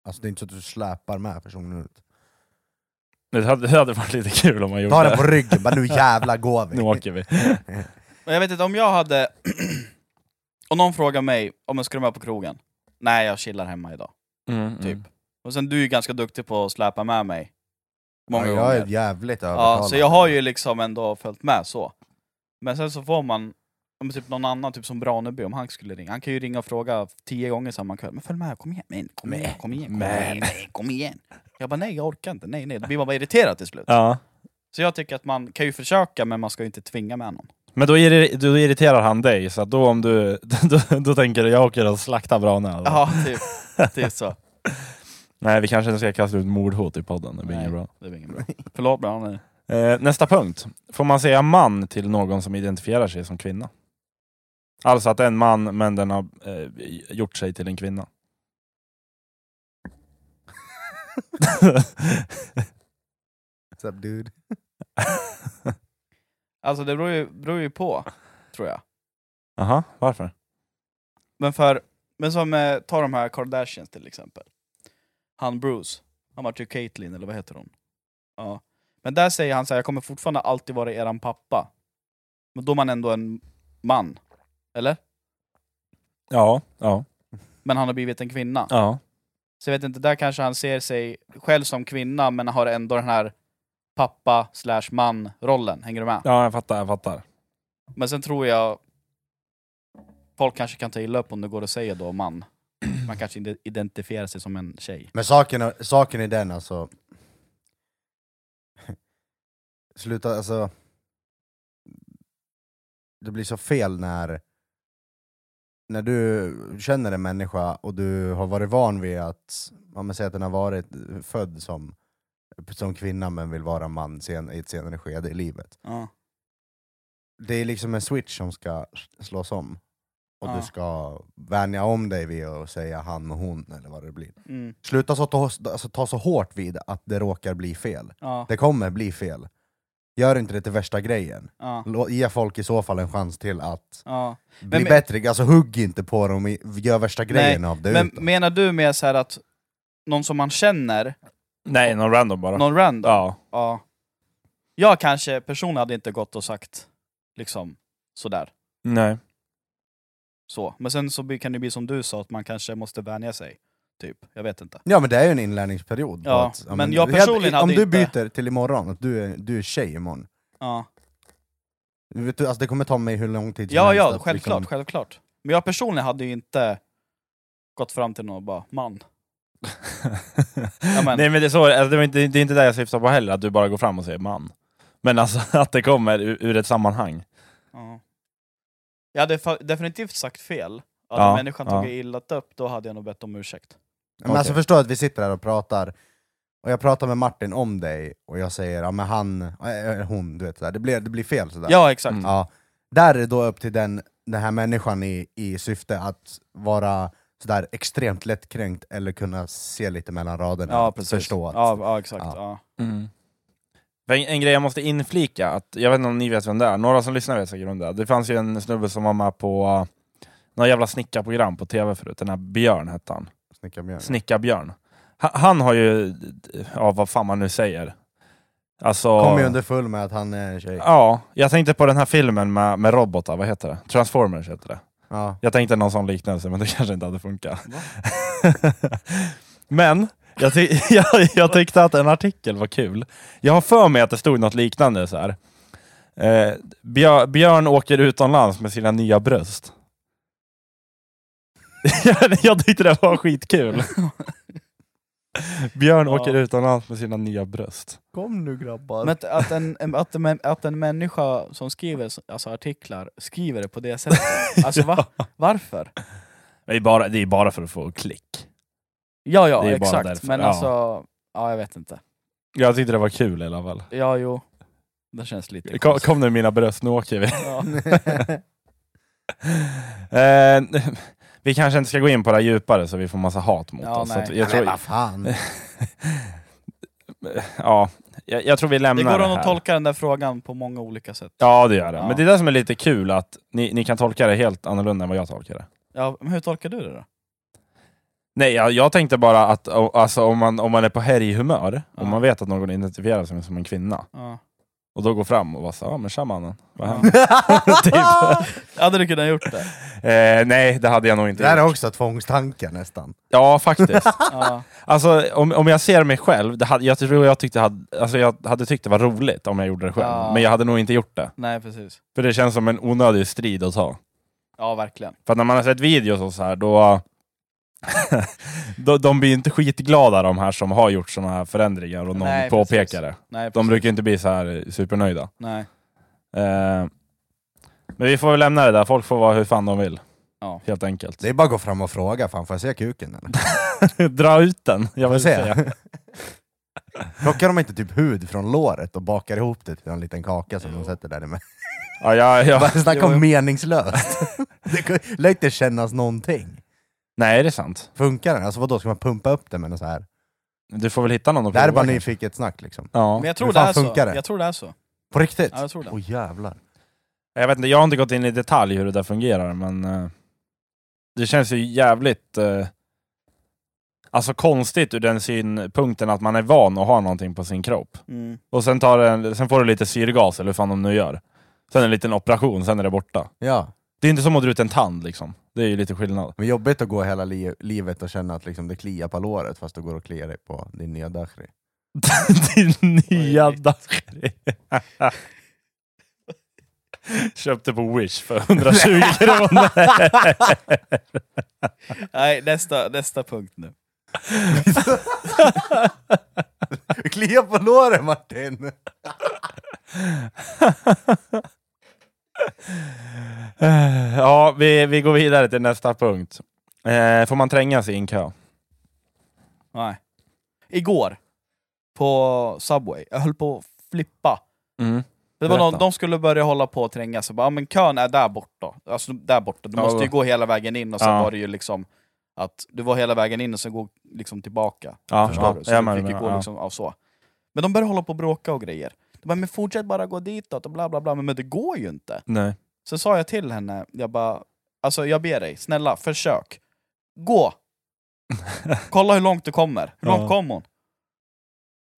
Alltså det är inte så att du släpar med personen ut.
Det hade, det hade varit lite kul om man gjorde
Ta den
det.
på ryggen, bara nu jävlar går vi!
Nu åker vi.
typ. Och jag vet inte, om jag hade... om någon frågar mig, om jag ska du med på krogen? Nej, jag chillar hemma idag.
Mm,
Typ.
mm.
Och sen du är ganska duktig på att släpa med mig. Många
ja, jag
gånger.
är jävligt övertalad.
ja, så jag har ju liksom ändå följt med så. Men sen så får man, om typ någon annan, typ som Braneby, om han skulle ringa. Han kan ju ringa och fråga tio gånger samma kväll. Men följ med, kom igen, men, kom igen, kom igen, kom
Men.
igen, nej, kom igen. Jag bara nej, jag orkar inte, nej, nej. Då blir man bara irriterad till slut.
Ja.
Så jag tycker att man kan ju försöka, men man ska ju inte tvinga med någon.
Men då, irri- då irriterar han dig, så att då om du... Då, då tänker du jag åker och slaktar Brane. Alltså.
Ja, typ. typ så.
Nej, vi kanske inte ska kasta ut mordhot i podden. Det blir
Nej.
inget bra.
Det blir inget bra. Förlåt Braneby.
Eh, nästa punkt. Får man säga man till någon som identifierar sig som kvinna? Alltså att det är en man, men den har eh, gjort sig till en kvinna.
What's up, dude?
Alltså det beror ju, beror ju på, tror jag.
Aha, varför?
Men för, men som, eh, ta de här Kardashians till exempel. Han Bruce, han vart ju Caitlyn, eller vad heter hon? Ja. Men där säger han så här, jag kommer fortfarande alltid vara eran pappa. Men då är man ändå en man, eller?
Ja, ja,
Men han har blivit en kvinna.
ja.
Så jag vet inte, där kanske han ser sig själv som kvinna, men har ändå den här pappa slash man-rollen. Hänger du med?
Ja, jag fattar, jag fattar.
Men sen tror jag folk kanske kan ta illa upp om det går att säga då man. Man kanske inte identifierar sig som en tjej.
Men saken, är- saken är den alltså... Sluta, alltså... Det blir så fel när... När du känner en människa och du har varit van vid att, om man säger att den har varit född som, som kvinna men vill vara man sen, i ett senare skede i livet.
Ja.
Det är liksom en switch som ska slås om. och
Ja.
du ska vänja om dig vid att säga han och hon eller vad det blir.
Mm.
Sluta så ta, alltså, ta så hårt vid att det råkar bli fel.
Ja,
Det kommer bli fel. Gör inte det till värsta grejen.
ja,
Lå- Ge folk i så fall en chans till att
ja.
bli
men-
bättre, alltså hugg inte på dem, i- gör värsta grejen av det.
Men
utåt.
menar du med så här att någon som man känner,
Nej, någon random bara.
någon random?
Ja.
Ja. Jag kanske personligen hade inte gått och sagt liksom sådär.
Nej.
Så. Men sen så blir- kan det bli som du sa, att man kanske måste vänja sig. Typ. Jag vet inte.
Ja men det är ju en inlärningsperiod. på
Ja,
att,
men jag personligen
Om
hade
du
inte-
byter till imorgon, att du är, du är tjej imorgon.
Ja,
Du Vet du, alltså det kommer ta mig hur lång tid som
ja,
helst
ja
att
självklart,
liksom-
självklart. Men jag personligen hade ju inte gått fram till någon och bara man. Ja, men-
Nej men det är, så, alltså, det, var inte, det är inte det jag syftar på heller, att du bara går fram och säger man. Men alltså att det kommer ur, ur ett sammanhang.
Ja. Jag hade fa- definitivt sagt fel. Hade
Ja,
människan
ja.
tagit illa upp, då hade jag nog bett om ursäkt.
Men alltså förstå att vi sitter här och pratar, och jag pratar med Martin om dig, och jag säger ja men han, äh, hon, du vet sådär. Det blir, det blir fel sådär.
Ja, exakt.
Mm.
Ja. Där är det då upp till den, den här människan i, i syfte att vara sådär extremt lättkränkt eller kunna se lite mellan raderna.
Ja,
Att
precis.
Förstå att,
Ja, ja exakt.
Ja.
Ja.
Mm. En, en grej jag måste inflika, att, jag vet inte om ni vet vem det är, några som lyssnar vet säkert vem det är. Det fanns ju en snubbe som var med på uh, några jävla snickarprogram på tv förut, den här Björn hette han.
snickarmjöl.
Snickarbjörn. Han, han har ju, ja vad fan man nu säger. Alltså,
Kommer ju under full med att han är en tjej.
Ja, jag tänkte på den här filmen med, med robotar, vad heter det? Transformers heter det.
Ja.
Jag tänkte någon sån liknelse, men det kanske inte hade funkat. men jag, ty- jag, jag tyckte att en artikel var kul. Jag har för mig att det stod något liknande så här. Eh, Björ- Björn åker utomlands med sina nya bröst. jag, jag tyckte det var skitkul. Björn
Ja.
åker utomlands med sina nya bröst.
Kom nu grabbar.
Men att, att, en, en- att, en, att en människa som skriver s- alltså artiklar skriver det på det sättet, alltså va, varför?
Det är, bara, det är bara för att få klick.
Ja, ja,
Det är bara
exakt.
därför,
Men
ja.
alltså, ja jag vet inte.
Jag tyckte det var kul i alla fall.
Ja, jo. Det känns lite
Kom,
konstigt.
kom nu mina bröst, nu åker vi.
Ja.
Eh, vi kanske inte ska gå in på det här djupare så vi får massa hat mot
Ja,
oss. Så
nej.
att jag,
Ja, men
tror,
vad fan.
ja, jag, jag tror vi
Det
lämnar det,
går att
här.
tolka den där frågan på många olika sätt.
Ja, det gör det.
Ja.
Men det är det som är lite kul, att ni, ni kan tolka det helt annorlunda än vad jag tolkar det.
Ja, men hur tolkar du det då?
Nej, jag, jag tänkte bara att o- alltså, om, man, om man är på helghumör,
Ja.
om man vet att någon identifierar sig som en kvinna,
Ja.
och då går fram och bara så, ja men tja mannen, vad
Ja.
händer? typ.
Hade du kunnat gjort det?
eh, nej, det hade jag nog inte
Det här är
gjort.
också tvångstankar nästan.
Ja, faktiskt.
Ja.
Alltså om, om jag ser mig själv, det hade, jag tror jag, tyckte hade, alltså, jag hade tyckt det var roligt om jag gjorde det själv.
Ja.
Men jag hade nog inte gjort det.
Nej, precis.
För det känns som en onödig strid att ta.
Ja, verkligen.
För att när man har sett videos och så här, då... de, de blir inte skitglada de här som har gjort sådana här förändringar och någon
Nej,
påpekar
precis.
det.
Nej, precis.
De brukar inte bli så här supernöjda.
Nej.
Eh, men vi får väl lämna det där, folk får vara hur fan de vill.
Ja.
Helt enkelt.
Det är bara att gå fram och fråga, fan får jag se kuken eller?
Dra ut den, jag vill
Får jag
säga.
se? Plockar de inte typ hud från låret och bakar ihop det till en liten kaka som de sätter där med?
Ja, ja, ja.
Snacka
Jo, jo.
om meningslöst! Det kan- Lär inte kännas någonting.
Nej, det är sant.
Funkar den? Alltså vadå, ska man pumpa upp den med något så här?
Du får väl hitta någon att
Det här är
prova
bara
kanske.
nyfiket snack liksom.
Ja.
Men jag
Hur
tror det
fan
är så.
funkar det?
Jag tror det är så.
På riktigt?
Ja, jag tror det.
Åh jävlar.
Jag vet inte, jag har inte gått in i detalj hur det där fungerar, men eh, det känns ju jävligt eh, alltså konstigt ur den synpunkten att man är van att ha någonting på sin kropp.
Mm.
Och sen, tar det en, sen får du lite syrgas, eller hur fan de nu gör. Sen en liten operation, sen är det borta.
Ja,
Det är inte som att dra ut en tand liksom. Det är ju lite skillnad.
men jobbigt att gå hela li- livet och känna att liksom, det kliar på låret fast du går och kliar dig på din nya dashri.
Din nya
Oj.
dashri. Köpte på Wish för 120 kronor.
Nej, nästa, nästa punkt nu.
Klia på låret Martin!
Eh, Ja, vi, vi går vidare till nästa punkt. Eh, får man trängas i en kö?
Nej. Igår, på Subway, jag höll på att flippa. Det var någon,
Berätta.
de skulle börja hålla på och trängas, så bara, "Ja, men kön är där borta. Alltså där borta, du
Ja,
måste ju
va.
gå hela vägen in och sen
Ja.
var det ju liksom att du var hela vägen in och sen gå liksom tillbaka.
Ja,
förstår
ja,
du? Så
jag
du
menar,
fick ju gå
ja.
liksom, ja, så. Men de började hålla på och bråka och grejer. De bara, men fortsätt bara gå ditåt och bla bla bla, men, men det går ju inte.
Nej.
Så sa jag till henne, jag bara, alltså jag ber dig, snälla försök. Gå! Kolla hur långt du kommer. Hur
Ja.
långt kom hon?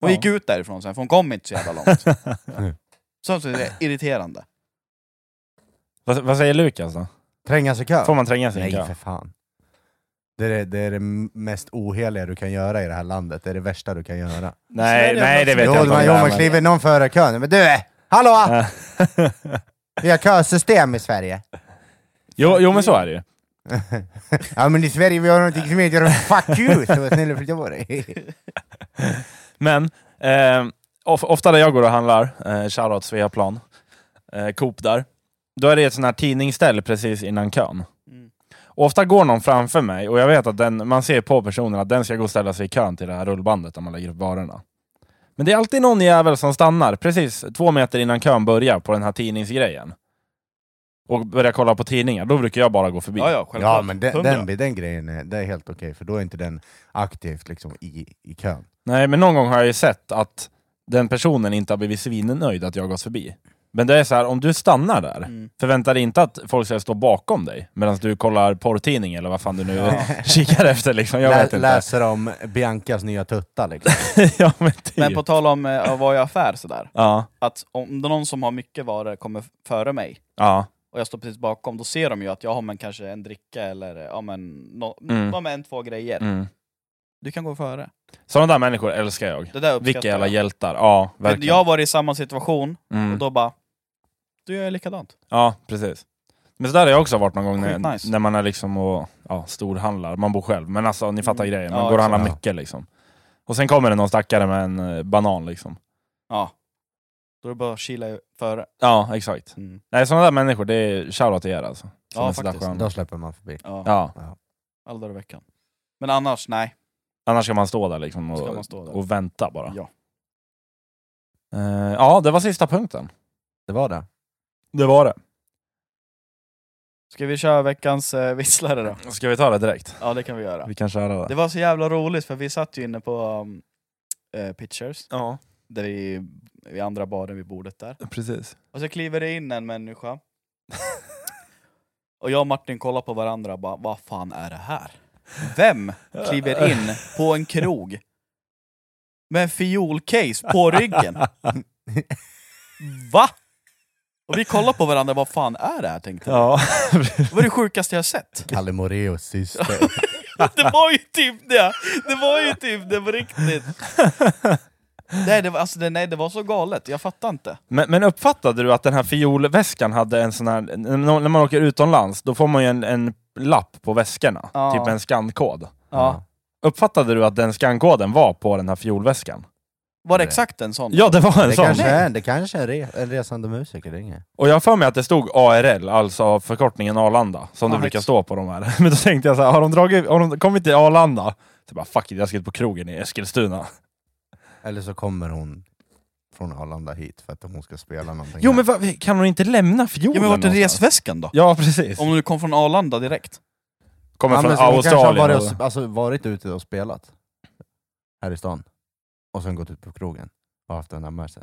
Hon
Ja.
gick ut därifrån sen, för hon kom inte så jävla långt. Sånt som är irriterande.
Vad, vad säger Lukas då?
Trängas i kö?
Får man tränga sin
Nej
kö?
för fan. Det är, det är det mest oheliga du kan göra i det här landet, det är det värsta du kan göra.
Nej,
det
nej, det vet
Jo,
jag inte. om
man, jo,
det är,
man kliver någon före kön, men du! Hallå!
Ja.
Vi har kösystem i Sverige.
jo, jo, men så är det ju.
ja men i Sverige vi har någonting som heter fuck you, så var snäll och flytta på dig.
Men eh, of, ofta när jag går och handlar, eh, shoutout Sveaplan, eh, Coop där, då är det ett sånt här tidningsställ precis innan kön.
Mm.
Och ofta går någon framför mig och jag vet att den, man ser på personen att den ska gå och ställa sig i kön till det här rullbandet där man lägger upp varorna. Men det är alltid någon jävel som stannar precis två meter innan kön börjar på den här tidningsgrejen. Och börjar kolla på tidningar, då brukar jag bara gå förbi.
Ja, ja, självklart.
Ja men den,
Hundra.
den, den grejen är, det är helt okej, för då är inte den aktivt liksom i, i kön.
Nej, men någon gång har jag ju sett att den personen inte har blivit svinnöjd att jag har gått förbi. Men det är så här, om du stannar där,
Mm.
förvänta dig inte att folk ska stå bakom dig medan du kollar porrtidning eller vad fan du nu kikar efter. Liksom. Jag
Lä,
vet inte.
läser om Biancas nya tutta liksom.
ja, men typ.
Men på tal om eh, att vara i affär sådär,
Ja,
att om det är någon som har mycket varor kommer f- före mig
ja,
och jag står precis bakom, då ser de ju att jag har men kanske en dricka eller eh, ja, men, no,
Mm.
ja, men en, två grejer.
mm.
Du kan gå före.
Sådana där människor älskar jag.
Det där uppskattar
Vilka jävla
jag.
hjältar. Ja,
Verkligen.
verkligen.
Jag var i samma situation, och
Mm.
då bara... Du gör likadant.
Ja, precis. Men så där har jag också varit någon gång när,
Skitnice.
när man är liksom och ja, storhandlar. Man bor själv, men alltså ni fattar
Mm.
grejen. Man
Ja,
går och handlar
exakt.
mycket liksom. Och sen kommer det någon stackare med en eh, banan liksom.
Ja. Då är det bara att kila före.
Ja, exakt.
Mm.
Nej, sådana där människor, det är shoutout till er alltså. Som
Ja,
är sådär
faktiskt.
sköna.
Då släpper man förbi.
Ja,
Ja,
Alla dagar i veckan. Men annars, nej.
annars ska man stå där liksom
Ska man
och,
stå där.
och vänta bara.
Ja.
Eh, ja, det var sista punkten.
Det var det.
Det var det.
Ska vi köra veckans eh, visslare då?
Ska vi ta det direkt?
Ja, det kan vi göra.
Vi kan köra
Det
det.
var så jävla roligt, för vi satt ju inne på um, eh, Pitchers,
Ja,
där vi, vid andra baren vid bordet där.
precis.
Och så kliver det in en människa. Och jag och Martin kollar på varandra och bara, vad fan är det här? Vem kliver in på en krog med en fiolcase på ryggen? Va? Och vi kollar på varandra, vad fan är det här tänkte jag.
Ja,
Det var det sjukaste jag sett.
Kalle Moreus syster.
Det var ju typ det! Det var ju typ det på riktigt. Nej det, var, alltså, det, nej, det var så galet, jag fattar inte.
men, men uppfattade du att den här fiolväskan hade en sån här... När man åker utomlands, då får man ju en, en lapp på väskorna.
Ja.
Typ en skankod.
Ja.
Uppfattade du att den skankoden var på den här fiolväskan?
Var det exakt en sån?
Ja, det var en
Det
sån!
kanske är, det kanske är re, en resande musiker, det är inget.
Och jag har för mig att det stod ARL, alltså förkortningen Arlanda, som det
Ja,
brukar
ex-
stå på de här. Men då tänkte jag så här, har de, dragit, har de kommit till Arlanda? Så bara fuck it, jag ska ut på krogen i Eskilstuna.
Eller så kommer hon från Arlanda hit för att hon ska spela någonting.
Jo
här.
men va, kan hon inte lämna fiolen
Ja men vart är
någonstans?
resväskan då?
Ja precis.
Om du kom från Arlanda direkt?
Kommer
Ja,
från
men så hon kanske har
Australien.
varit,
och-
och, alltså, varit ute och spelat här i stan, och sen gått ut på krogen och haft den där med sig.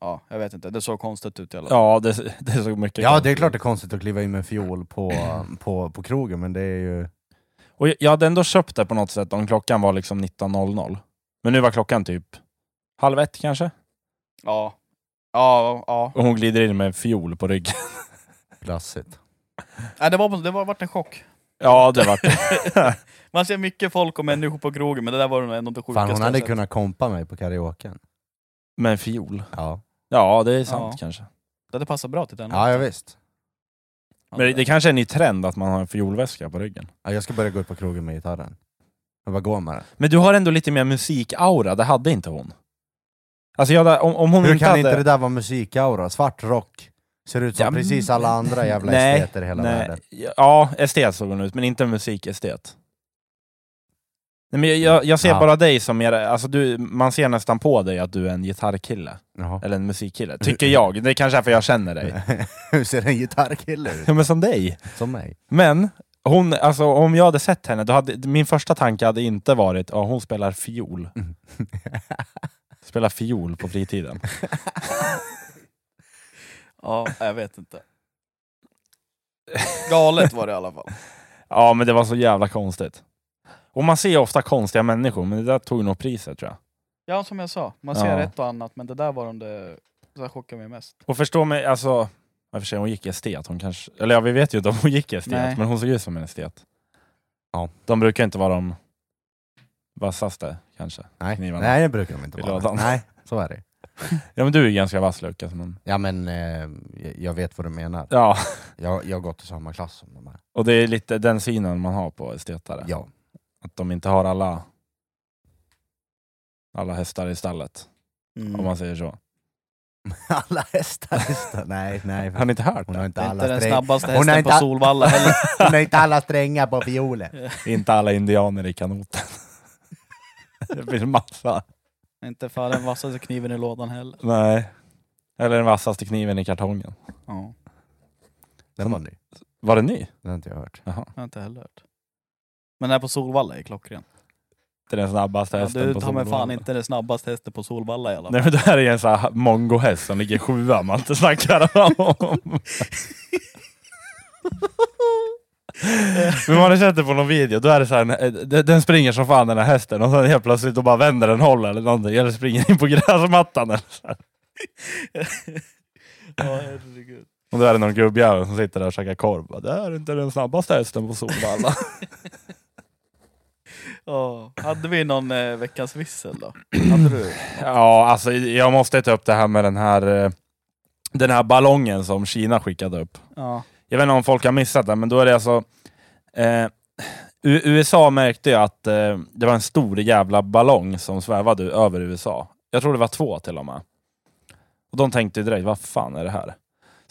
Ja, jag vet inte. Det såg konstigt ut i alla fall.
Ja, det, det är så mycket.
Ja det är klart det är konstigt att kliva in med en fiol på, på, på krogen, men det är ju...
Och jag- jag hade ändå köpt det på något sätt om klockan var liksom 19.00. Men nu var klockan typ halv ett kanske.
Ja. Ja, ja.
Och hon glider in med en fiol på ryggen.
Glassigt.
Nej, det var, det var varit en chock.
Ja, det var
Man ser mycket folk och människor på krogen, men det där var nog en av de sjukaste
Fan hon hade
jag sett.
kunnat kompa mig på karaoken.
Med en fiol.
Ja,
Ja, det är sant
Ja.
kanske.
Det hade passat bra till den.
ja, ja visst.
Ja,
Men det, det kanske är en ny trend att man har en fiolväska på ryggen.
Ja, jag ska börja gå ut på krogen med gitarren. Jag bara går med den.
Men du har ändå lite mer musikaura, det hade inte hon. Alltså jag hade, om, om hon
Hur
inte
kan
hade...
inte det där vara musikaura? Svart rock. Ser ut som
Ja, men-
precis alla andra jävla
Nej,
esteter i hela
Nej,
världen.
Ja, estet såg hon ut, men inte musikestet. Nej, men jag, jag, jag ser
Ja.
bara dig som mer, alltså du, man ser nästan på dig att du är en gitarrkille,
Jaha.
eller en musikkille, tycker jag. Det är kanske därför jag känner dig.
Hur ser en gitarrkille ut?
Ja, men som dig.
Som mig.
Men, hon, alltså, om jag hade sett henne, då hade, min första tanke hade inte varit att hon spelar fiol. spelar fiol på fritiden.
Ja, jag vet inte. Galet var det i alla fall.
Ja, men det var så jävla konstigt. Och man ser ofta konstiga människor, men det där tog nog priset tror jag.
Ja, som jag sa. Man ser
Ja.
ett och annat, men det där var de det som chockade mig mest.
Och förstå mig, alltså... I och för sig, hon gick estet. Hon kanske, eller ja, vi vet ju inte om hon gick estet,
Nej.
men hon såg ut som en estet.
Ja.
De brukar inte vara de vassaste kanske.
Nej.
Knivarna.
Nej, det brukar de inte
I
vara.
lådan.
Nej, så är det.
Ja men du är ju ganska vass Lukas. Men...
Ja men eh, jag- jag vet vad du menar.
Ja,
Jag, jag har gått i samma klass som de här.
och det är lite den synen man har på estetare.
Ja.
Att de inte har alla, alla hästar i stallet,
Mm.
Mm.
om man säger så.
Alla hästar, hästar. Nej, nej.
Har ni inte hört
Hon har
det?
inte
inte
alla,
den
sträng...
snabbaste
Hon har
hästen
inte
på
all-
Solvalla heller.
Hon har inte alla strängar på fiolen.
inte alla indianer i kanoten. det finns massa.
inte för den vassaste kniven i lådan heller.
Nej. Eller den vassaste kniven i kartongen.
Ja,
Den var ny.
Var det ny?
Den har inte jag hört.
Jaha.
jag har inte heller hört. Men den här på Solvalla är klockren.
Det är den snabbaste
Ja,
hästen
du
på
tar mig fan
Solvalla.
inte den snabbaste hästen på Solvalla i alla fall.
Nej men det här är en sån här mongohäst som ligger sjua man inte snackar om. Men man har sett det på någon video, då är det så här, en- eh, den- den springer som fan den här hästen och sen helt plötsligt då bara vänder den håll eller någonting, eller springer in på gräsmattan eller så här.
Ja, herregud.
Och då är det någon gubbjävel som sitter där och käkar korv. Bara, Det här är inte den snabbaste hästen på Solvalla.
Ja, Hade vi någon eh, veckans vissel då? Hade du?
Ja, alltså jag måste ta upp det här med den här, eh, den här ballongen som Kina skickade upp.
Ja.
Jag vet inte om folk har missat det, men då är det alltså... Eh, U- USA märkte ju att eh, det var en stor jävla ballong som svävade över USA. Jag tror det var två till och med. Och de tänkte ju direkt, vad fan är det här?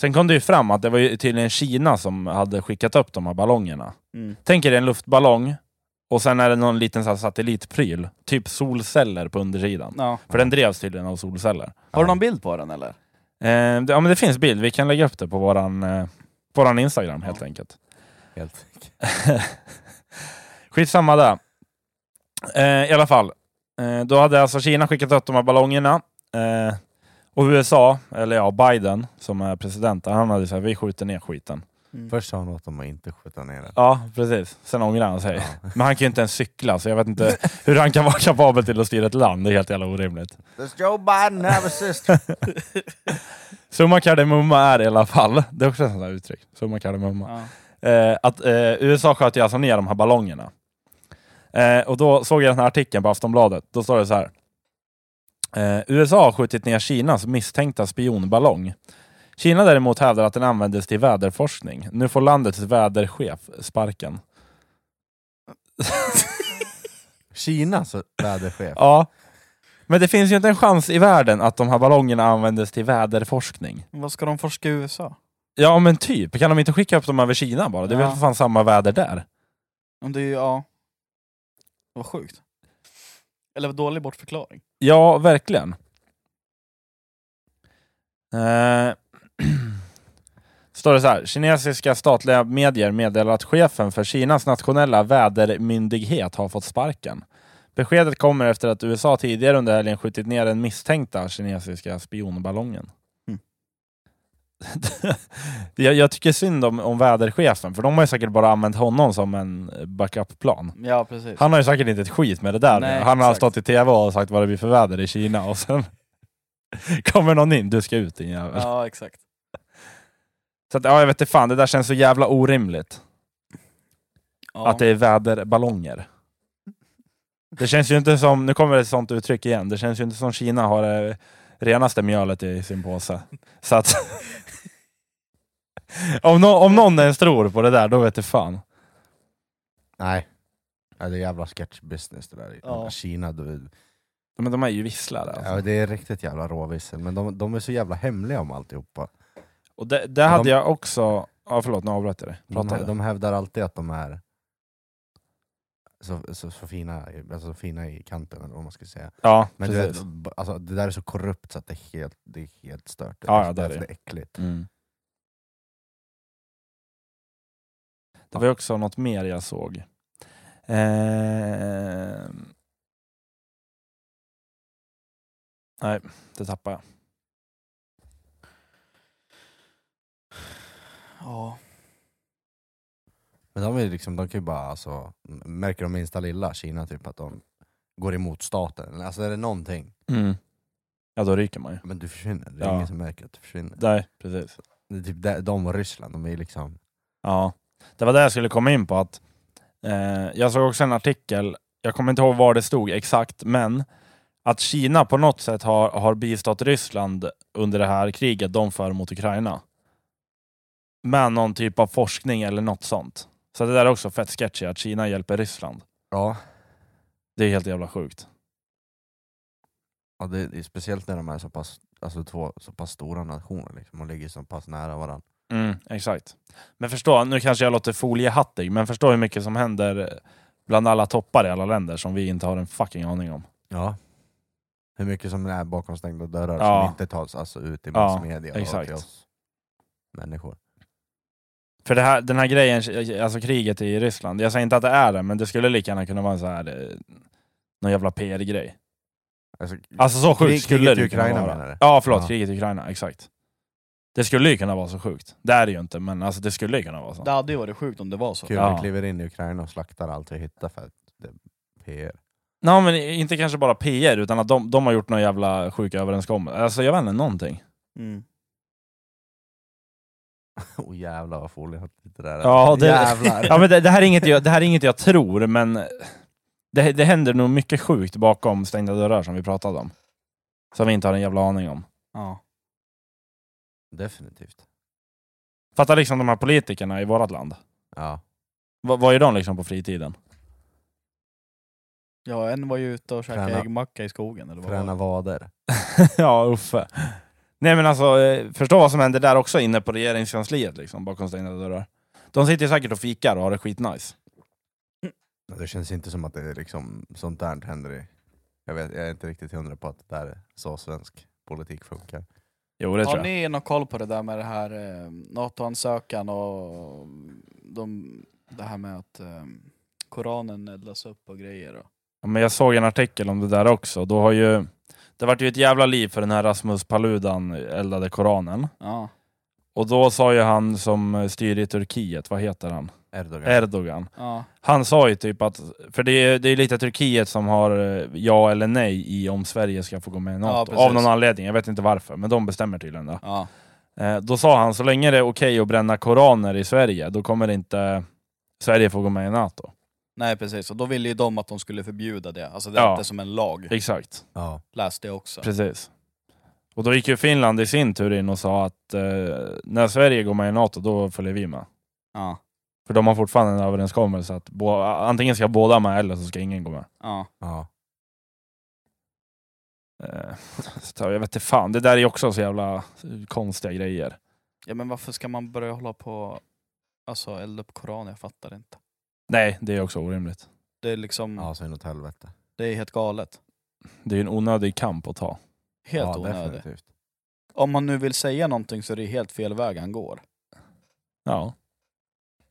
Sen kom det ju fram att det var ju tydligen Kina som hade skickat upp de här ballongerna.
Mm.
Tänk er en luftballong och sen är det någon liten så här satellitpryl, typ solceller på undersidan.
ja.
För den drevs tydligen av solceller.
Har du någon bild på den eller?
Eh, det, ja, men det finns bild, vi kan lägga upp det på våran, eh, på våran Instagram helt enkelt.
Helt.
Skitsamma där. Eh, I alla fall, eh, då hade alltså Kina skickat upp de här ballongerna. Eh, och USA, eller ja, Biden som är president, han hade sagt vi skjuter ner skiten.
Först sa hon att de inte skjuta ner den.
Ja, precis. Sen ångrade han sig. Men han kan ju inte ens cykla, så jag vet inte hur han kan vara kapabel till att styra ett land. Det är helt jävla orimligt.
Does Joe Biden have a sister?
Summa kardemumma är i alla fall, det är också ett sånt där uttryck, summa kardemumma.
Ja.
eh, att eh, USA sköt ju alltså ner de här ballongerna. Eh, och då såg jag den här artikeln på Aftonbladet. Då står det så här. Eh, USA har skjutit ner Kinas misstänkta spionballong. Kina däremot hävdar att den användes till väderforskning. Nu får landets väderchef sparken.
Kinas väderchef.
Ja. Men det finns ju inte en chans i världen att de här ballongerna användes till väderforskning.
Vad ska de forska i USA?
Ja men typ, kan de inte skicka upp dem över Kina bara? Det är väl
Ja.
för fan samma väder där?
Om det är ju, ja. Vad sjukt. Eller vad dålig bortförklaring.
Ja, verkligen. Eh, Står det så här. Kinesiska statliga medier meddelar att chefen för Kinas nationella vädermyndighet har fått sparken. Beskedet kommer efter att USA tidigare under helgen skjutit ner den misstänkta kinesiska spionballongen.
Mm.
jag, jag tycker synd om, om väderchefen, för de har ju säkert bara använt honom som en backup-plan.
Ja, precis.
Han har ju säkert inte ett skit med det där.
Nej,
han har
exakt.
stått i tv och sagt vad det blir för väder i Kina och sen kommer någon in, du ska ut din jävel.
Ja, exakt.
Så att, ja, jag vet inte fan, det där känns så jävla orimligt.
Ja.
Att det är väderballonger. Det känns ju inte som, nu kommer ett sånt uttryck igen, det känns ju inte som Kina har det renaste mjölet i sin påse. Så att... om, nå- om någon ens tror på det där, då vet du fan.
Nej. Ja, det är jävla sketch business det där.
Ja.
Kina, du,
Men de är ju visslare. Alltså.
ja, det är riktigt jävla råvissel. Men de, de är så jävla hemliga om alltihopa.
Och det, det hade jag också... Ja, förlåt, nu avbröt jag dig.
De,
Prata du.
de hävdar alltid att de är så, så, så, fina, alltså, så fina i kanten, eller vad man ska säga.
Ja,
Men du
precis.
vet, b- alltså, det där är så korrupt så att det är helt, det är helt stört.
Ja, ja,
det,
det är det.
är, det är äckligt.
Mm. Det var ju också något mer jag såg. Eh... Nej, det tappade jag.
Ja.
Men de, är ju liksom, de kan ju bara, alltså, m- märker de minsta lilla, Kina typ, att de går emot staten. Alltså är det någonting,
Ja, då ryker man ju.
men du försvinner. Det är
Ja.
ingen som märker att du försvinner.
Nej, precis.
Det är typ de, de och Ryssland, de är ju liksom...
Ja. Det var det jag skulle komma in på. att eh, Jag såg också en artikel, jag kommer inte ihåg var det stod exakt, men att Kina på något sätt har, har bistått Ryssland under det här kriget de för mot Ukraina. Med någon typ av forskning eller något sånt. Så det där är också fett sketchy, att Kina hjälper Ryssland.
Ja,
Det är helt jävla sjukt.
ja det, det är speciellt när de är så pass, alltså, två så pass stora nationer liksom, och ligger så pass nära varandra.
Mm, exakt. Men förstå, nu kanske jag låter foliehattig, men förstå hur mycket som händer bland alla toppar i alla länder som vi inte har en fucking aning om.
Ja. Hur mycket som är bakom stängda dörrar
Ja.
som inte tas alltså, ut i
Ja,
massmedia och
exakt.
till oss människor.
För det här, den här grejen, alltså kriget i Ryssland, jag säger inte att det är det, men det skulle lika gärna kunna vara en så här, eh, någon jävla PR-grej.
Alltså,
Alltså så sjukt
Krig-
skulle
kriget i
det ju kunna
Ukraina,
vara.
menar du?
Ja, förlåt,
Ja.
kriget i Ukraina, exakt. Det skulle ju kunna vara så sjukt. Det är det ju inte, men alltså det skulle ju kunna vara så.
Det hade ju varit sjukt om det var så.
Kuba
Ja.
kliver in i Ukraina och slaktar allt vi hittar för att det är PR.
Nej, men inte kanske bara PR, utan att de, de har gjort någon jävla sjuk överenskommelse. Alltså jag vet inte, någonting.
Mm.
Och jävlar vad foliehattigt det där är.
Ja, det-
Jävlar!
Ja, men det, det, här är inget jag, det här är inget jag tror, men det, det händer nog mycket sjukt bakom stängda dörrar som vi pratade om. Som vi inte har en jävla aning om.
Ja.
Definitivt.
Fattar liksom de här politikerna i vårt land.
Ja.
Vad, vad gör de liksom på fritiden?
ja, en var ju ute och käkade
Träna.
äggmacka i skogen eller vad var det?
Träna vader.
ja, Uffe. Nej men alltså, eh, förstå vad som händer där också inne på regeringskansliet liksom, bakom stängda dörrar. De sitter ju säkert och fikar och har det skitnice.
Ja, Det känns inte som att det är liksom, sånt där händer i... Jag, vet, jag är inte riktigt hundra på att det där är så svensk politik funkar.
Jo, det tror
Har
jag.
ni någon koll på det där med det här eh, NATO-ansökan och de, det här med att eh, Koranen eldas upp och grejer? Och,
Ja, men jag såg en artikel om det där också. Då har ju, det vart ju ett jävla liv för den här Rasmus Paludan eldade Koranen.
ja.
Och då sa ju han som styr i Turkiet, vad heter han?
Erdogan.
Erdogan.
Ja.
Han sa ju typ att, för det är, det är lite Turkiet som har eh, ja eller nej i om Sverige ska få gå med i
Ja,
NATO.
precis.
Av någon anledning, jag vet inte varför, men de bestämmer tydligen det.
Ja.
Eh, Då sa han, så länge det är okej att bränna koraner i Sverige, då kommer inte Sverige få gå med i NATO.
Nej precis, och då ville ju de att de skulle förbjuda det, alltså det,
Ja.
att det är som en lag,
Exakt.
ja.
läste jag också.
Precis. Och då gick ju Finland i sin tur in och sa att eh, när Sverige går med i NATO, då följer vi med.
Ja.
För de har fortfarande en överenskommelse att bå- antingen ska båda med eller så ska ingen gå med.
Ja.
ja.
Eh, så jag vet inte fan, det där är ju också så jävla eh, konstiga grejer.
ja men varför ska man börja hålla på alltså elda upp Koranen? Jag fattar inte.
Nej, det är också orimligt.
Det är liksom,
Ja, så inåt helvete.
det är helt galet.
Det är ju en onödig kamp att ta.
Helt
ja,
onödigt.
definitivt.
Om man nu vill säga någonting så är det helt fel väg han går.
Ja.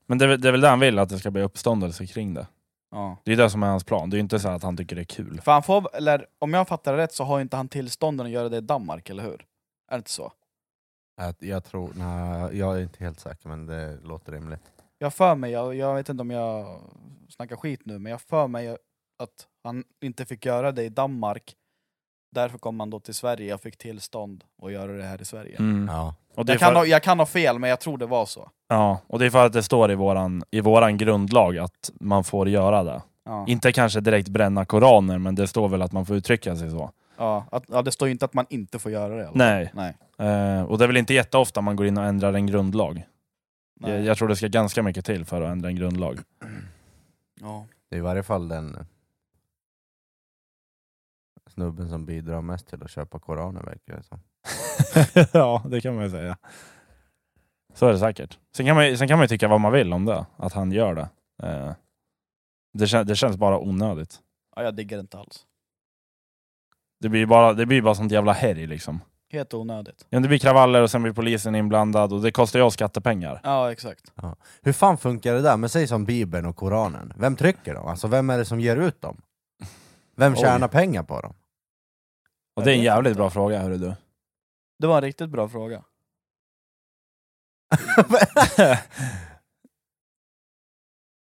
Men det, är väl- det är väl det han vill, att det ska bli uppståndelse kring det.
Ja.
Det är ju det som är hans plan, det är ju inte så att han tycker det är kul.
För han får, eller om jag fattar det rätt så har inte han tillstånden att göra det i Danmark, eller hur? Är det inte så?
Att jag tror, nej, jag är inte helt säker men det låter rimligt.
Jag har för mig, jag, jag vet inte om jag snackar skit nu, men jag har för mig att han inte fick göra det i Danmark. Därför kom han då till Sverige och fick tillstånd att göra det här i Sverige.
Mm.
Ja.
Och det är
Jag, kan
för-
ha, jag kan ha fel, men jag tror det var så.
Ja, och det är för att det står i våran, i våran grundlag att man får göra det.
Ja.
Inte kanske direkt bränna koraner, men det står väl att man får uttrycka sig så.
Ja, att, ja, det står ju inte att man inte får göra det. Eller?
Nej.
Nej.
Eh, och det är väl inte jätteofta man går in och ändrar en grundlag.
Nej.
Jag, jag tror det ska ganska mycket till för att ändra en grundlag.
Ja.
Det är i varje fall den snubben som bidrar mest till att köpa koranen verkar det som.
ja, det kan man ju säga. Så är det säkert. Sen kan man ju, sen kan man ju tycka vad man vill om det, att han gör det. Eh, Det, kän, det känns bara onödigt.
Ja, jag diggar det inte alls.
Det blir bara, det blir bara sånt jävla härj liksom.
Helt onödigt.
Ja, det blir kravaller och sen blir polisen inblandad och det kostar ju oss skattepengar.
Ja, exakt.
Hur fan funkar det där? Men säg som Bibeln och Koranen. Vem trycker dem? Alltså vem är det som ger ut dem? Vem
Oj.
tjänar pengar på dem?
Och det är en jävligt bra fråga hörru du.
Det var en riktigt bra fråga.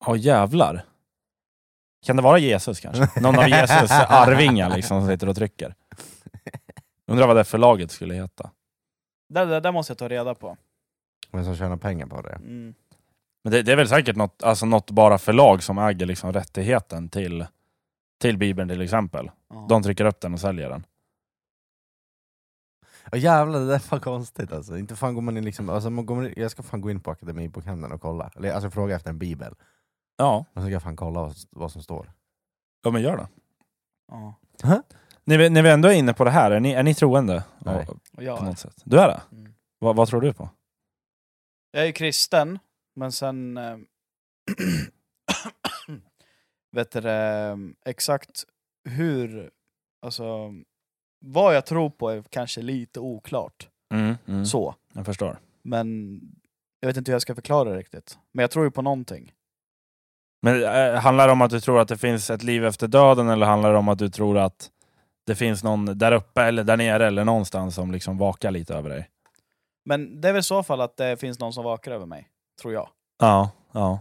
Ja jävlar. Kan det vara Jesus kanske? Någon av Jesus arvingar liksom som sitter och trycker. Undrar vad det förlaget skulle heta.
Det där, där måste jag ta reda på.
Vem som tjänar pengar på det?
Mm.
Men det, det är väl säkert något, alltså något bara förlag som äger liksom rättigheten till, till Bibeln till exempel.
Ja.
De trycker upp den och säljer den.
Oh, jävlar, det där var konstigt alltså. Inte fan går man in liksom... Alltså, man går man in, jag ska fan gå in på Akademibokhandeln och kolla. Eller, alltså fråga efter en bibel.
Ja,
Och så ska jag fan kolla vad, vad som står.
ja men gör det.
Ja.
När vi, när vi ändå är inne på det här, är ni, är ni troende?
Nej.
Ja,
Och jag,
På
är.
något sätt. Du är det?
Mm.
Vad- vad tror du på?
jag är ju kristen, men sen... Eh, vet du, eh, exakt hur... Alltså, vad jag tror på är kanske lite oklart.
Mm, mm.
Så.
Jag förstår.
Men jag vet inte hur jag ska förklara det riktigt. Men jag tror ju på någonting.
Men eh, handlar det om att du tror att det finns ett liv efter döden eller handlar det om att du tror att det finns någon där uppe eller där nere eller någonstans som liksom vakar lite över dig?
Men det är väl i så fall att det finns någon som vakar över mig. Tror jag.
Ja, ja.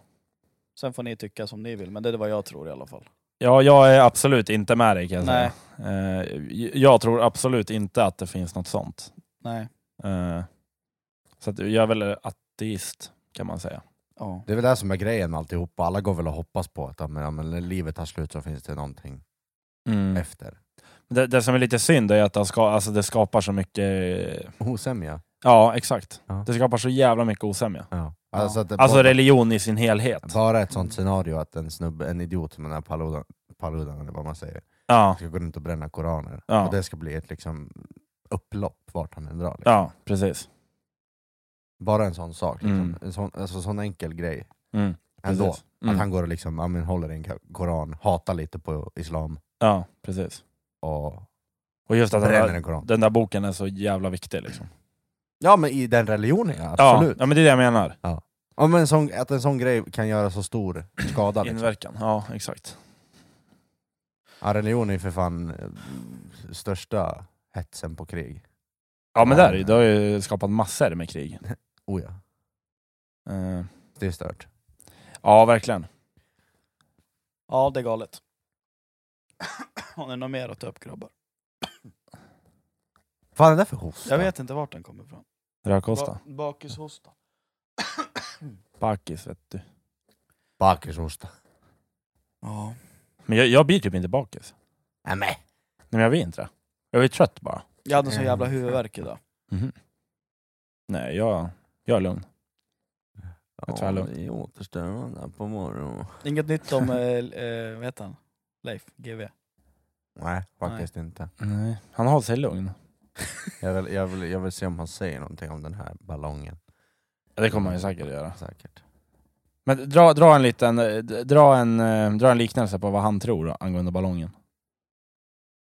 Sen får ni tycka som ni vill, men det är vad jag tror i alla fall.
Ja, jag är absolut inte med dig kan jag
Nej.
säga. Eh, j- jag tror absolut inte att det finns något sånt.
Nej.
Eh, så att jag är väl ateist kan man säga.
Ja.
Det är väl det som är grejen med alltihopa. Alla går väl och hoppas på att ja, men, ja, men, när livet tar slut så finns det någonting
Mm.
efter.
Eh, Det, det som är lite synd är att det, ska, alltså det skapar så mycket...
Osämja.
Ja, exakt.
Ja.
Det skapar så jävla mycket osämja.
Ja. Alltså, att det
Alltså
bara,
religion i sin helhet.
bara ett sånt scenario att en snubbe, en idiot som den här Paludan, Paludan eller vad man säger,
Ja,
ska gå runt och bränna koraner.
Ja.
Och det ska bli ett liksom, upplopp vart han än drar. Liksom.
ja precis.
Bara en sån sak. Liksom.
Mm.
En sån, alltså, sån enkel grej.
Mm,
Ändå.
precis. Mm.
Att han går och liksom, ja, men, håller i en ka- koran, hatar lite på islam
Ja, precis.
och
Och just att den
bränner
där,
en koran.
den där boken är så jävla viktig. Liksom.
Ja men i den religionen, ja,
Ja,
absolut.
ja, men det är det jag menar.
Ja, men en sån, att en sån grej kan göra så stor skada. Liksom.
Inverkan. Ja, exakt.
Ja, religion är ju för fan eh, största hetsen på krig.
Ja, men där, det har ju skapat massor med krig.
Oh ja,
Eh,
det är stört.
Ja, verkligen.
Ja, det är galet. Har ni något mer att ta upp grabbar?
Vad är det för hosta?
Jag vet inte vart den kommer ifrån.
Rödkosta.
Ba- Bakishosta.
Bakis, vet du.
Bakishosta.
Ja.
Men jag, jag blir typ inte bakis.
Nämen!
Nej, men jag blir inte det. Jag blir trött bara.
Jag hade en sån jävla huvudvärk idag.
Mhm. Nej, jag, jag är lugn. Jag tror jag lugnt.
är återställande på morgonen.
Inget nytt om, eh, eh, vad heter han? Leif, GV.
Nej, faktiskt inte.
Nej, han håller sig lugn.
Jag vill, jag, vill, jag vill se om han säger någonting om den här ballongen.
Ja, Det kommer han ju säkert göra.
Säkert.
Men dra, dra, en liten, eh, d- dra, en, eh, dra en liknelse på vad han tror angående ballongen.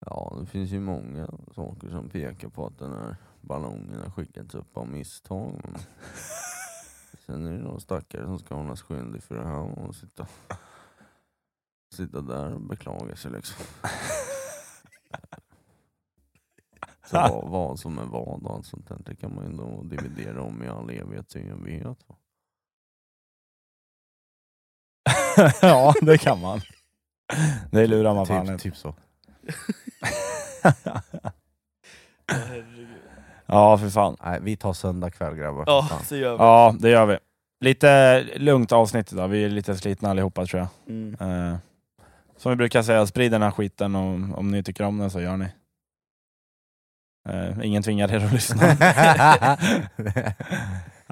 Ja, det finns ju många saker som pekar på att den här ballongen har skickats upp av misstag. Men sen är det någon stackare som ska hållas skyldig för det här och sitta, sitta där och beklaga sig liksom. Så vad, vad som är vad och allt sånt där, det kan man ju då dividera om i all evighet till evighet. va.
ja, det kan man. Det lurar man fan
Typ,
inte.
typ så.
Ja, för fan.
Nej, vi tar söndag kväll grabbar.
Ja,
Fan.
så gör vi.
Ja, det gör vi. Lite lugnt avsnitt idag. Vi är lite slitna allihopa tror jag.
Mm.
Eh, som vi brukar säga, sprid den här skiten och om ni tycker om den så gör ni. Eh, ingen tvingar er att lyssna.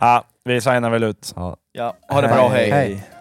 Ja, vi signar väl ut.
ja.
Ja, ha det bra, hej.
Hej.